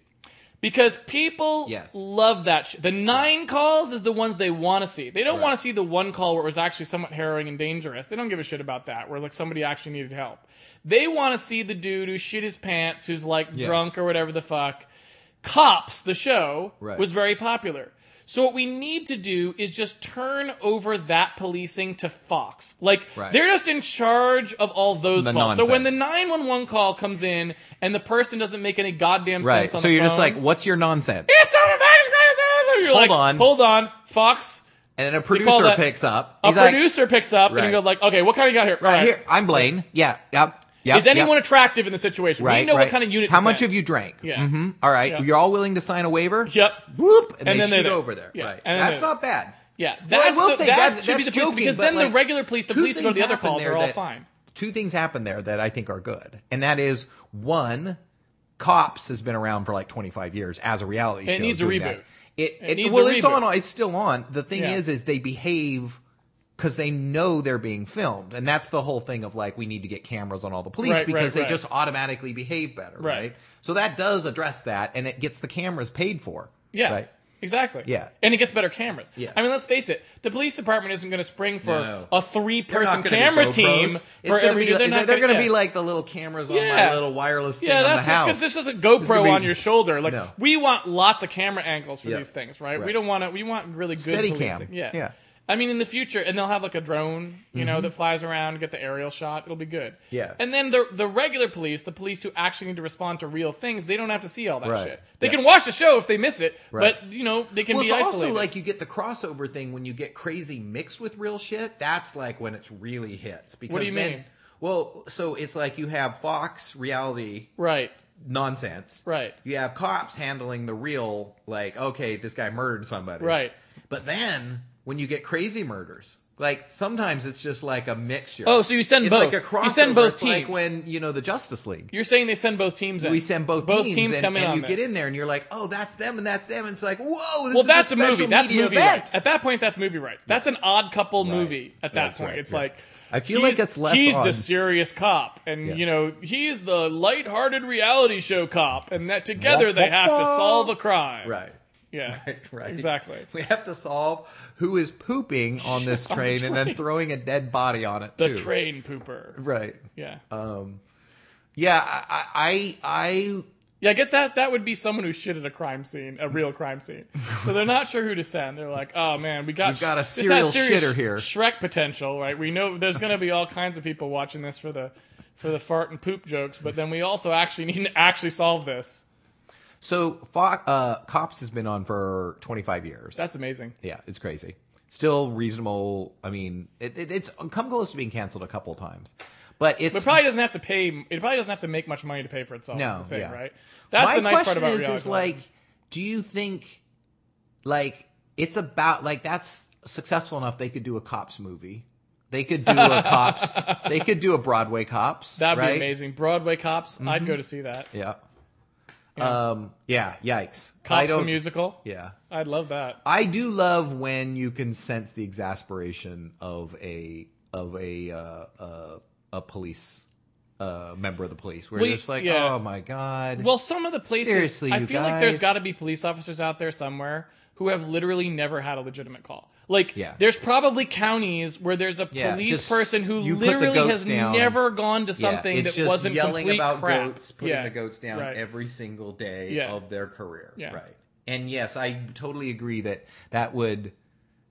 S2: Because people
S1: Yes.
S2: love that shit. The nine calls is the ones they want to see. They don't
S1: Right.
S2: want to see the one call where it was actually somewhat harrowing and dangerous. They don't give a shit about that, where like somebody actually needed help. They want to see the dude who shit his pants, who's like drunk or whatever the fuck. Cops, the show,
S1: Right.
S2: was very popular. So what we need to do is just turn over that policing to Fox. Like
S1: Right.
S2: they're just in charge of all those
S1: The
S2: calls. So when the
S1: nonsense.
S2: 911 call comes in and the person doesn't make any goddamn
S1: Right.
S2: sense on
S1: So
S2: the
S1: you're just
S2: phone,
S1: like, what's your nonsense?
S2: it's not a Fox, guys, it's not a-" You're
S1: Hold
S2: like,
S1: on.
S2: Hold on. Fox,
S1: And then a
S2: call
S1: producer
S2: that-
S1: picks up.
S2: a
S1: He's like,
S2: producer picks up and
S1: Right.
S2: you go like, "Okay, what kind of you got here?"
S1: right
S2: All
S1: here, I'm Blaine. Yeah. Yep. Yep.
S2: Is anyone
S1: yep.
S2: attractive in the situation?
S1: Right,
S2: we know
S1: right.
S2: what kind of unit
S1: How
S2: to
S1: much
S2: send.
S1: have you drank?
S2: Yeah.
S1: Mm-hmm. All right.
S2: Yeah.
S1: You're all willing to sign a waiver.
S2: Yep.
S1: Whoop. And,
S2: And
S1: they
S2: then they're
S1: shoot
S2: there.
S1: over there.
S2: Yeah.
S1: Right.
S2: And then
S1: that's
S2: they're
S1: not bad.
S2: Yeah,
S1: Well,
S2: that's
S1: I will
S2: the-
S1: say
S2: that
S1: that's-
S2: should
S1: that's
S2: be the police,
S1: joking,
S2: because
S1: but,
S2: then the
S1: like,
S2: regular police- the
S1: two
S2: police go to
S1: things
S2: the other
S1: happen
S2: calls,
S1: there
S2: they're all
S1: that-
S2: fine.
S1: Two things happen there that I think are good, and that is one, cops has been around for like 25 years as a reality show.
S2: needs a
S1: doing
S2: reboot.
S1: that. It, it,
S2: needs
S1: well,
S2: a
S1: it's
S2: reboot.
S1: on. It's still on. The thing
S2: Yeah.
S1: is, is they behave because they know they're being filmed, and that's the whole thing of like we need to get cameras on all the police
S2: Right, right,
S1: because they
S2: right.
S1: just automatically behave better, right.
S2: Right.
S1: So that does address that, and it gets the cameras paid for.
S2: Yeah.
S1: Right.
S2: Exactly.
S1: Yeah.
S2: And it gets better cameras.
S1: Yeah.
S2: I mean, let's face it, the police department isn't going to spring for
S1: No.
S2: a three
S1: They're
S2: person
S1: not gonna
S2: camera
S1: be
S2: team
S1: GoPros. It's
S2: for
S1: gonna
S2: every
S1: be,
S2: dude.
S1: like-
S2: not
S1: they're going to
S2: yeah.
S1: be like the little cameras on my
S2: Yeah.
S1: little wireless thing
S2: Yeah,
S1: on
S2: that's
S1: the
S2: that's
S1: house.
S2: good. This is a
S1: It's gonna
S2: GoPro
S1: be
S2: on your shoulder. Like
S1: No.
S2: we want lots of camera angles for
S1: Yeah.
S2: these things, right?
S1: Right.
S2: We don't want to. We want really good
S1: Steadicam.
S2: policing. Yeah.
S1: Yeah. Mm-hmm.
S2: I mean, in the future, and they'll have like a drone, you know, that flies around, get the aerial shot. It'll be good.
S1: Yeah.
S2: And then the the regular police, the police who actually need to respond to real things, they don't have to see all that
S1: Right.
S2: shit. They
S1: Yeah.
S2: can watch the show if they miss it,
S1: Right.
S2: but you know, they can
S1: Well,
S2: be
S1: it's
S2: isolated.
S1: also like you get the crossover thing when you get crazy mixed with real shit. That's like when it's really hits. Because
S2: you
S1: then,
S2: mean?
S1: Well, so it's like you have Fox reality
S2: right.
S1: nonsense.
S2: Right.
S1: You have cops handling the real, like, okay, this guy murdered somebody.
S2: Right.
S1: But then when you get crazy murders, like sometimes it's just like a mixture.
S2: Oh, so you send
S1: it's
S2: both.
S1: like a crossover.
S2: You send both
S1: it's
S2: teams.
S1: Like when you know the Justice League.
S2: You're saying they send both teams in.
S1: We send both,
S2: both
S1: teams, and,
S2: come in
S1: and
S2: on
S1: you get
S2: this.
S1: in there and you're like, oh, that's them and that's them. And it's like, whoa, this
S2: Well,
S1: is
S2: that's
S1: a,
S2: a, movie.
S1: special
S2: That's
S1: media
S2: movie
S1: event.
S2: rights. At that point, that's movie rights. That's an odd couple movie at that
S1: That's
S2: point.
S1: right,
S2: It's
S1: yeah.
S2: like
S1: I feel like
S2: he's-
S1: it's less
S2: He's
S1: on-
S2: the serious cop, and
S1: Yeah.
S2: you know he's the light-hearted reality show cop, and that together they have to
S1: Wah-wah-wah.
S2: solve a crime.
S1: Right.
S2: Yeah.
S1: Right.
S2: Exactly.
S1: We have to solve who is pooping on this train, and then
S2: train.
S1: throwing a dead body on it
S2: The
S1: too.
S2: train pooper.
S1: Right.
S2: Yeah.
S1: Yeah. I. I. I
S2: yeah. Get that. That would be someone who shit at a crime scene, a real crime scene. so they're not sure who to send. They're like, oh man, we got
S1: We've got a
S2: this
S1: serial
S2: has serious
S1: shitter here."
S2: Shrek potential, right? We know there's going to be all kinds of people watching this for the for the fart and poop jokes, but then we also actually need to actually solve this.
S1: So Fox, uh, Cops has been on for 25 years.
S2: That's amazing.
S1: yeah, it's crazy. Still reasonable. I mean, it, it, it's come close to being canceled a couple times, but it's
S2: It probably doesn't have to pay. It probably doesn't have to make much money to pay for itself.
S1: No,
S2: is the thing,
S1: yeah.
S2: right? That's
S1: my
S2: the nice part
S1: question
S2: about
S1: is,
S2: reality.
S1: is like, do you think, like, it's about like that's successful enough they could do a Cops movie. They could do a Cops. They could do a Broadway Cops.
S2: That'd
S1: right? Mm-hmm.
S2: be amazing. Broadway cops. I'd go to see that.
S1: Yeah. Um. Yeah. Yikes. I
S2: Cops the
S1: don't.
S2: musical.
S1: Yeah.
S2: I'd love that.
S1: I do love when you can sense the exasperation of a of a uh, uh, a police uh, member of the police, where
S2: Well,
S1: you're just like,
S2: yeah.
S1: oh my god.
S2: Well, some of the places.
S1: Seriously,
S2: I
S1: you
S2: feel like there's
S1: guys.
S2: got to be police officers out there somewhere who have literally never had a legitimate call. Like,
S1: Yeah.
S2: there's probably counties where there's a
S1: Yeah,
S2: police
S1: just-
S2: person who
S1: you put the
S2: literally
S1: goats
S2: has
S1: down.
S2: never gone to something
S1: yeah, it's
S2: that
S1: just
S2: wasn't
S1: yelling
S2: complete
S1: about
S2: crap.
S1: goats, putting
S2: yeah.
S1: the goats down
S2: Right.
S1: every single day
S2: Yeah.
S1: of their career,
S2: Yeah.
S1: right? And yes, I totally agree that that would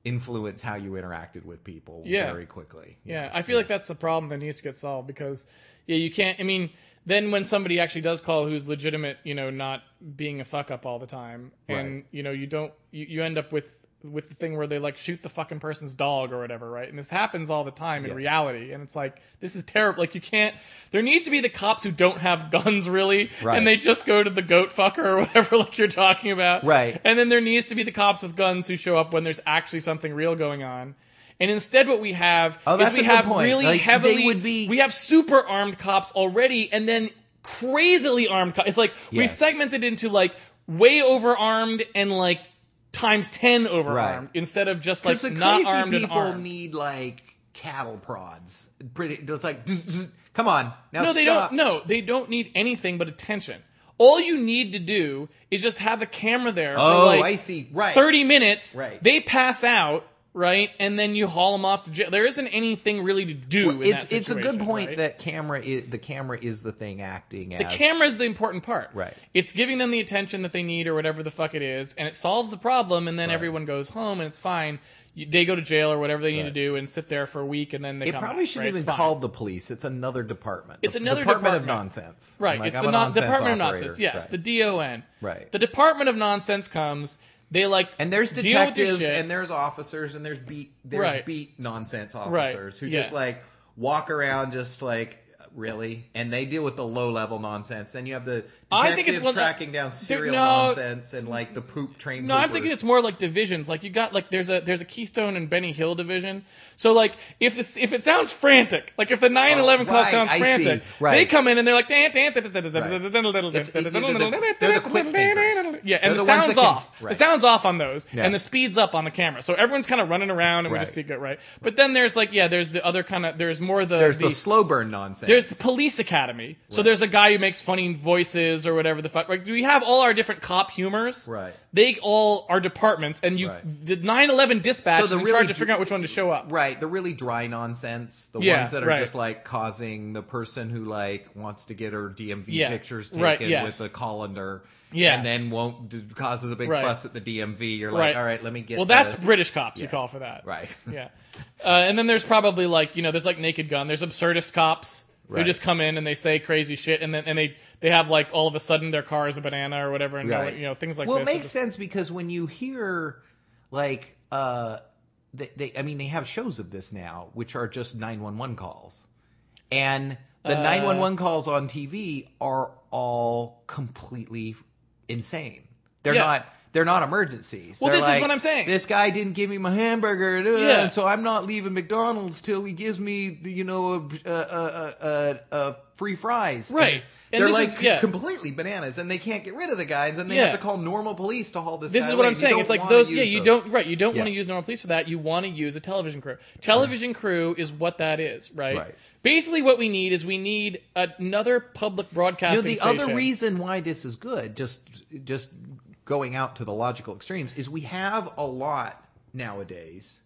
S1: influence how you interacted with people
S2: Yeah.
S1: very quickly.
S2: Yeah, I feel like that's the problem that needs to get solved because yeah, you can't. I mean, then when somebody actually does call who's legitimate, you know, not being a fuck up all the time, and
S1: Right.
S2: you know, you don't, you, you end up with with the thing where they like shoot the fucking person's dog or whatever, right? And this happens all the time in
S1: Yeah.
S2: reality, and it's like this is terrible. Like you can't. There need to be the cops who don't have guns really,
S1: Right.
S2: and they just go to the goat fucker or whatever like you're talking about,
S1: Right.
S2: and then there needs to be the cops with guns who show up when there's actually something real going on. And instead, what we have
S1: Oh,
S2: is
S1: that's
S2: we
S1: a good
S2: have
S1: point.
S2: really
S1: Like, they
S2: heavily
S1: would be-
S2: we have super armed cops already, and then crazily armed cops. It's like we've
S1: Yes.
S2: segmented into like way over armed and like times ten over
S1: Right.
S2: armed instead of just like
S1: Because the
S2: not
S1: crazy
S2: armed and
S1: people
S2: armed.
S1: need like cattle prods. Pretty, it's like, zzz, zzz, come on, now
S2: no, they
S1: stop.
S2: don't. No, they don't need anything but attention. All you need to do is just have the camera there.
S1: Oh,
S2: for like
S1: I see. Right.
S2: 30 minutes.
S1: Right.
S2: They pass out, right? And then you haul them off to jail. There isn't anything really to do in
S1: It's
S2: that
S1: it's a good
S2: situation,
S1: point
S2: right?
S1: that camera is the camera is the thing acting as
S2: the camera is the important part.
S1: Right.
S2: It's giving them the attention that they need or whatever the fuck it is, and it solves the problem, and then everyone goes home and it's fine. You, they go to jail or whatever they need
S1: Right.
S2: to do and sit there for a week, and then they
S1: It
S2: come
S1: probably
S2: out,
S1: should
S2: right?
S1: have
S2: It's
S1: been
S2: fine.
S1: called the police. It's another department.
S2: It's
S1: The
S2: another department.
S1: of nonsense.
S2: Right.
S1: Like,
S2: it's
S1: I'm
S2: the
S1: a
S2: non-
S1: nonsense
S2: Department of
S1: operator.
S2: Nonsense. Yes,
S1: Right.
S2: the DON.
S1: Right.
S2: The Department of Nonsense comes. They like
S1: and there's
S2: deal with your
S1: detectives
S2: shit.
S1: and there's officers and there's beat there's
S2: Right.
S1: beat nonsense officers who just
S2: yeah.
S1: like walk around just like really and they deal with the low level nonsense. Then you have the
S2: I think
S1: detectives
S2: it's one that-
S1: tracking down serial
S2: no.
S1: nonsense and like the poop train.
S2: No, I'm thinking it's more like divisions. Like you got like there's a there's a Keystone and Benny Hill division. So like if it's if it sounds frantic, like if the 9/11 club
S1: Oh, right,
S2: sounds
S1: I see.
S2: frantic,
S1: Right.
S2: they come in and they're like dan
S1: It's- it- it- they're the quick thinkers.
S2: yeah, and
S1: They're the ones that
S2: the sounds
S1: can-
S2: off. The
S1: right.
S2: sounds off on those,
S1: Yeah.
S2: and the speeds up on the camera. So everyone's kind of running around and we just
S1: Right.
S2: see good right. But then there's like yeah, there's the other kind of there's more the
S1: there's
S2: the
S1: the slow burn nonsense.
S2: there's it's Police Academy. So there's a guy who makes funny voices or whatever the fuck. Like we have all our different cop humors.
S1: Right.
S2: They all are departments, and you
S1: Right.
S2: the 9/11 dispatch
S1: So
S2: is
S1: the
S2: in
S1: really
S2: charge
S1: d-
S2: of figuring out which one to show up.
S1: Right, the really dry nonsense, the
S2: Yeah,
S1: ones that are
S2: right.
S1: just like causing the person who like wants to get her DMV
S2: Yeah,
S1: pictures taken
S2: right, yes.
S1: with a colander,
S2: Yeah.
S1: and then won't d- causes a big
S2: Right.
S1: fuss at the DMV. You're like,
S2: Right.
S1: all right, let me get.
S2: Well, that's
S1: the-"
S2: British cops. You call for that.
S1: Uh, right.
S2: Yeah. Uh, and then there's probably like you know there's like Naked Gun. There's absurdist cops who
S1: Right.
S2: just come in and they say crazy shit, and then and they they have like all of a sudden their car is a banana or whatever, and no
S1: Right.
S2: one- you know things like
S1: well,
S2: this.
S1: it makes sense because when you hear like uh, they, they, I mean, they have shows of this now, which are just nine one one calls, and the
S2: Uh,
S1: nine one one calls on TV are all completely insane. They're
S2: Yeah.
S1: not. They're not emergencies.
S2: Well,
S1: They're
S2: this is
S1: like,
S2: what I'm saying.
S1: This guy didn't give me my hamburger, duh,
S2: Yeah.
S1: and so I'm not leaving McDonald's till he gives me, you know, a, a, a, a, a free fries. And
S2: Right. And
S1: they're
S2: this
S1: like
S2: is- yeah.
S1: completely bananas, and they can't get rid of the guy. And then they
S2: Yeah.
S1: have to call normal police to haul this.
S2: this
S1: guy
S2: is what
S1: away.
S2: I'm
S1: You
S2: saying.
S1: don't
S2: It's like
S1: wanna
S2: those.
S1: use
S2: Yeah, you
S1: those.
S2: don't. Right. You don't want to
S1: Yeah.
S2: use normal police for that. You want to use a television crew. Television crew is what that is, right?
S1: Right.
S2: Basically, what we need is we need another public
S1: You know,
S2: broadcasting
S1: the
S2: station.
S1: other reason why this is good, just just going out to the logical extremes, is we have a lot nowadays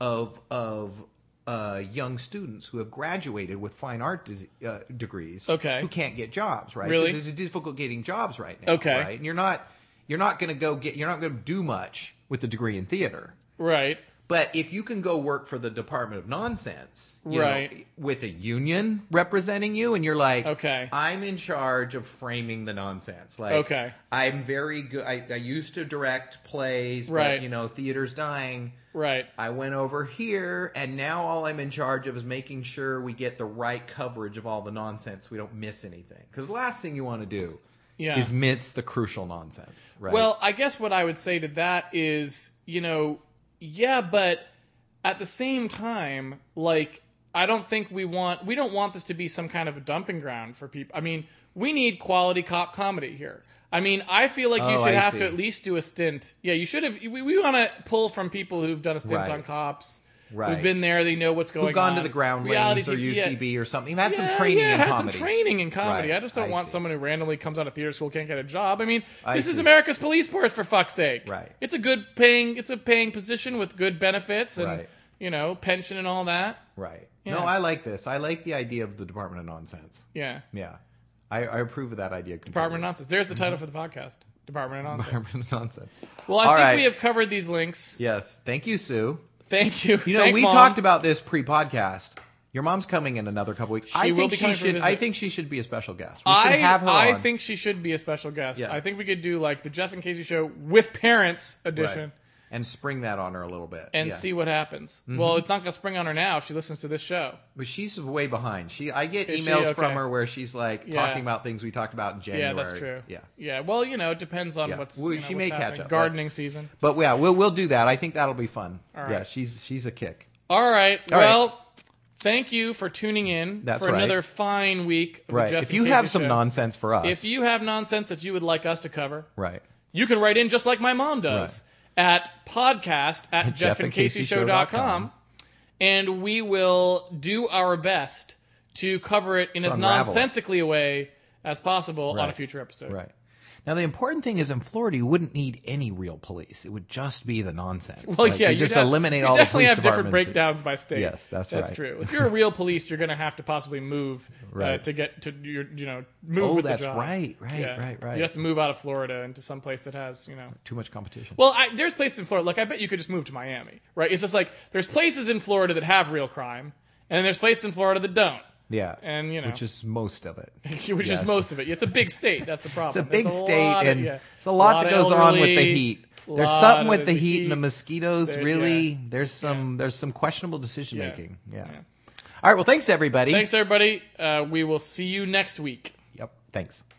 S1: of of uh, young students who have graduated with fine art dis- uh, degrees,
S2: Okay.
S1: who can't get jobs. Right,
S2: Really?
S1: because it's difficult getting jobs right now.
S2: Okay.
S1: right, and you're not you're not going to go get you're not going to do much with a degree in theater.
S2: right?
S1: But if you can go work for the Department of Nonsense, you know,
S2: Right.
S1: with a union representing you, and you're like,
S2: Okay.
S1: I'm in charge of framing the nonsense. Like,
S2: Okay.
S1: I'm very good. I, I used to direct plays,
S2: Right.
S1: but you know, theater's dying.
S2: Right.
S1: I went over here, and now all I'm in charge of is making sure we get the right coverage of all the nonsense. We don't miss anything. Because last thing you want to do
S2: Yeah.
S1: is miss the crucial nonsense. Right.
S2: Well, I guess what I would say to that is, you know, yeah, but at the same time, like I don't think we want we don't want this to be some kind of a dumping ground for people. I mean, we need quality cop comedy here. I mean, I feel like you
S1: Oh,
S2: should
S1: I
S2: have
S1: see.
S2: to at least do a stint. Yeah, you should have. We, we want to pull from people who've done a stint
S1: Right.
S2: on cops, who've
S1: Right.
S2: been there, they know what's going
S1: Who've gone
S2: on.
S1: to the ground
S2: uh, Reality
S1: rings or
S2: TV, yeah.
S1: UCB or something. Had
S2: Yeah,
S1: some training
S2: yeah,
S1: in
S2: had
S1: comedy.
S2: some training in comedy.
S1: Right,
S2: I just don't
S1: I
S2: want
S1: see.
S2: someone who randomly comes out of theater school can't get a job. I mean,
S1: I
S2: this is
S1: see.
S2: America's police force for fuck's sake.
S1: Right.
S2: It's a good paying. It's a paying position with good benefits and
S1: Right.
S2: you know pension and all that.
S1: Right.
S2: Yeah.
S1: No, I like this. I like the idea of the Department of Nonsense.
S2: Yeah.
S1: Yeah. I, I approve of that idea. Completely.
S2: Department of Nonsense. There's the title for the podcast. Department of Nonsense.
S1: Department of Nonsense.
S2: Well, I
S1: Mm-hmm. All
S2: think
S1: right.
S2: we have covered these links.
S1: Yes. Thank you, Sue.
S2: Thank you.
S1: You know, we talked about this pre-podcast. Your mom's coming in another couple weeks. I
S2: will
S1: think
S2: be
S1: she
S2: coming for a
S1: should. I
S2: visit.
S1: think she should be a special guest. We should
S2: I
S1: have her
S2: I
S1: on.
S2: think she should be a special guest.
S1: Yeah.
S2: I think we could do like the Jeff and Casey show with parents
S1: Right.
S2: edition.
S1: and spring that on her a little bit
S2: And
S1: Yeah. Mm-hmm.
S2: see what happens. Well, it's not going to spring on her now. if She listens to this show.
S1: But she's way behind. She I get
S2: Is she?
S1: emails
S2: Okay.
S1: from her where she's like talking about things we talked about in
S2: Yeah,
S1: January.
S2: that's true.
S1: Yeah.
S2: Yeah. Well, you know, it depends on
S1: Yeah.
S2: what's.
S1: Well,
S2: you know,
S1: she
S2: what's
S1: may catch
S2: happening.
S1: up, but-
S2: Gardening season.
S1: But yeah, we'll we'll do that. I think that'll be fun.
S2: right.
S1: Yeah, she's she's a kick.
S2: All right.
S1: All right.
S2: well, thank you for tuning in
S1: That's
S2: for
S1: right.
S2: another fine week. Of
S1: Right.
S2: The Jeff
S1: if
S2: and
S1: you
S2: Casey
S1: have some
S2: Show.
S1: nonsense for us,
S2: if you have nonsense that you would like us to cover,
S1: right.
S2: you can write in just like my mom does at podcast at jeffandcaseyshow.com,
S1: jeffandcaseyshow.com.
S2: and we will do our best to cover it in as
S1: unravel it.
S2: nonsensically a way as possible on a
S1: Right.
S2: future episode.
S1: Right. Now the important thing is in Florida you wouldn't need any real police. It would just be the nonsense.
S2: Well,
S1: Like,
S2: yeah,
S1: they
S2: you'd
S1: just
S2: have-
S1: eliminate
S2: you
S1: all the
S2: definitely
S1: police
S2: have different
S1: departments.
S2: breakdowns by state.
S1: Yes, that's right.
S2: true. If you're a real police, you're going to have to possibly move uh,
S1: Right.
S2: to get to your you know move
S1: Oh,
S2: with
S1: that's
S2: the job.
S1: right, right,
S2: Yeah.
S1: right, right.
S2: You have to move out of Florida into some place that has you know.
S1: Too much competition.
S2: Well, I, there's places in Florida. Like I bet you could just move to Miami, right? It's just like there's places in Florida that have real crime, and there's places in Florida that don't,
S1: yeah.
S2: and you know,
S1: which is most of it.
S2: which is
S1: Yes.
S2: most of it. It's a big state. That's the problem.
S1: It's a big state,
S2: lot of-
S1: and
S2: yeah.
S1: it's a lot, that
S2: of
S1: goes on with the
S2: elderly,
S1: heat. There's
S2: lot
S1: something
S2: of
S1: with the heat and the mosquitoes.
S2: There-
S1: really,
S2: yeah.
S1: there's some there's some questionable decision making. Yeah.
S2: Yeah.
S1: All right. Well, thanks everybody.
S2: Thanks, everybody. Uh, we will see you next week.
S1: Yep. Thanks.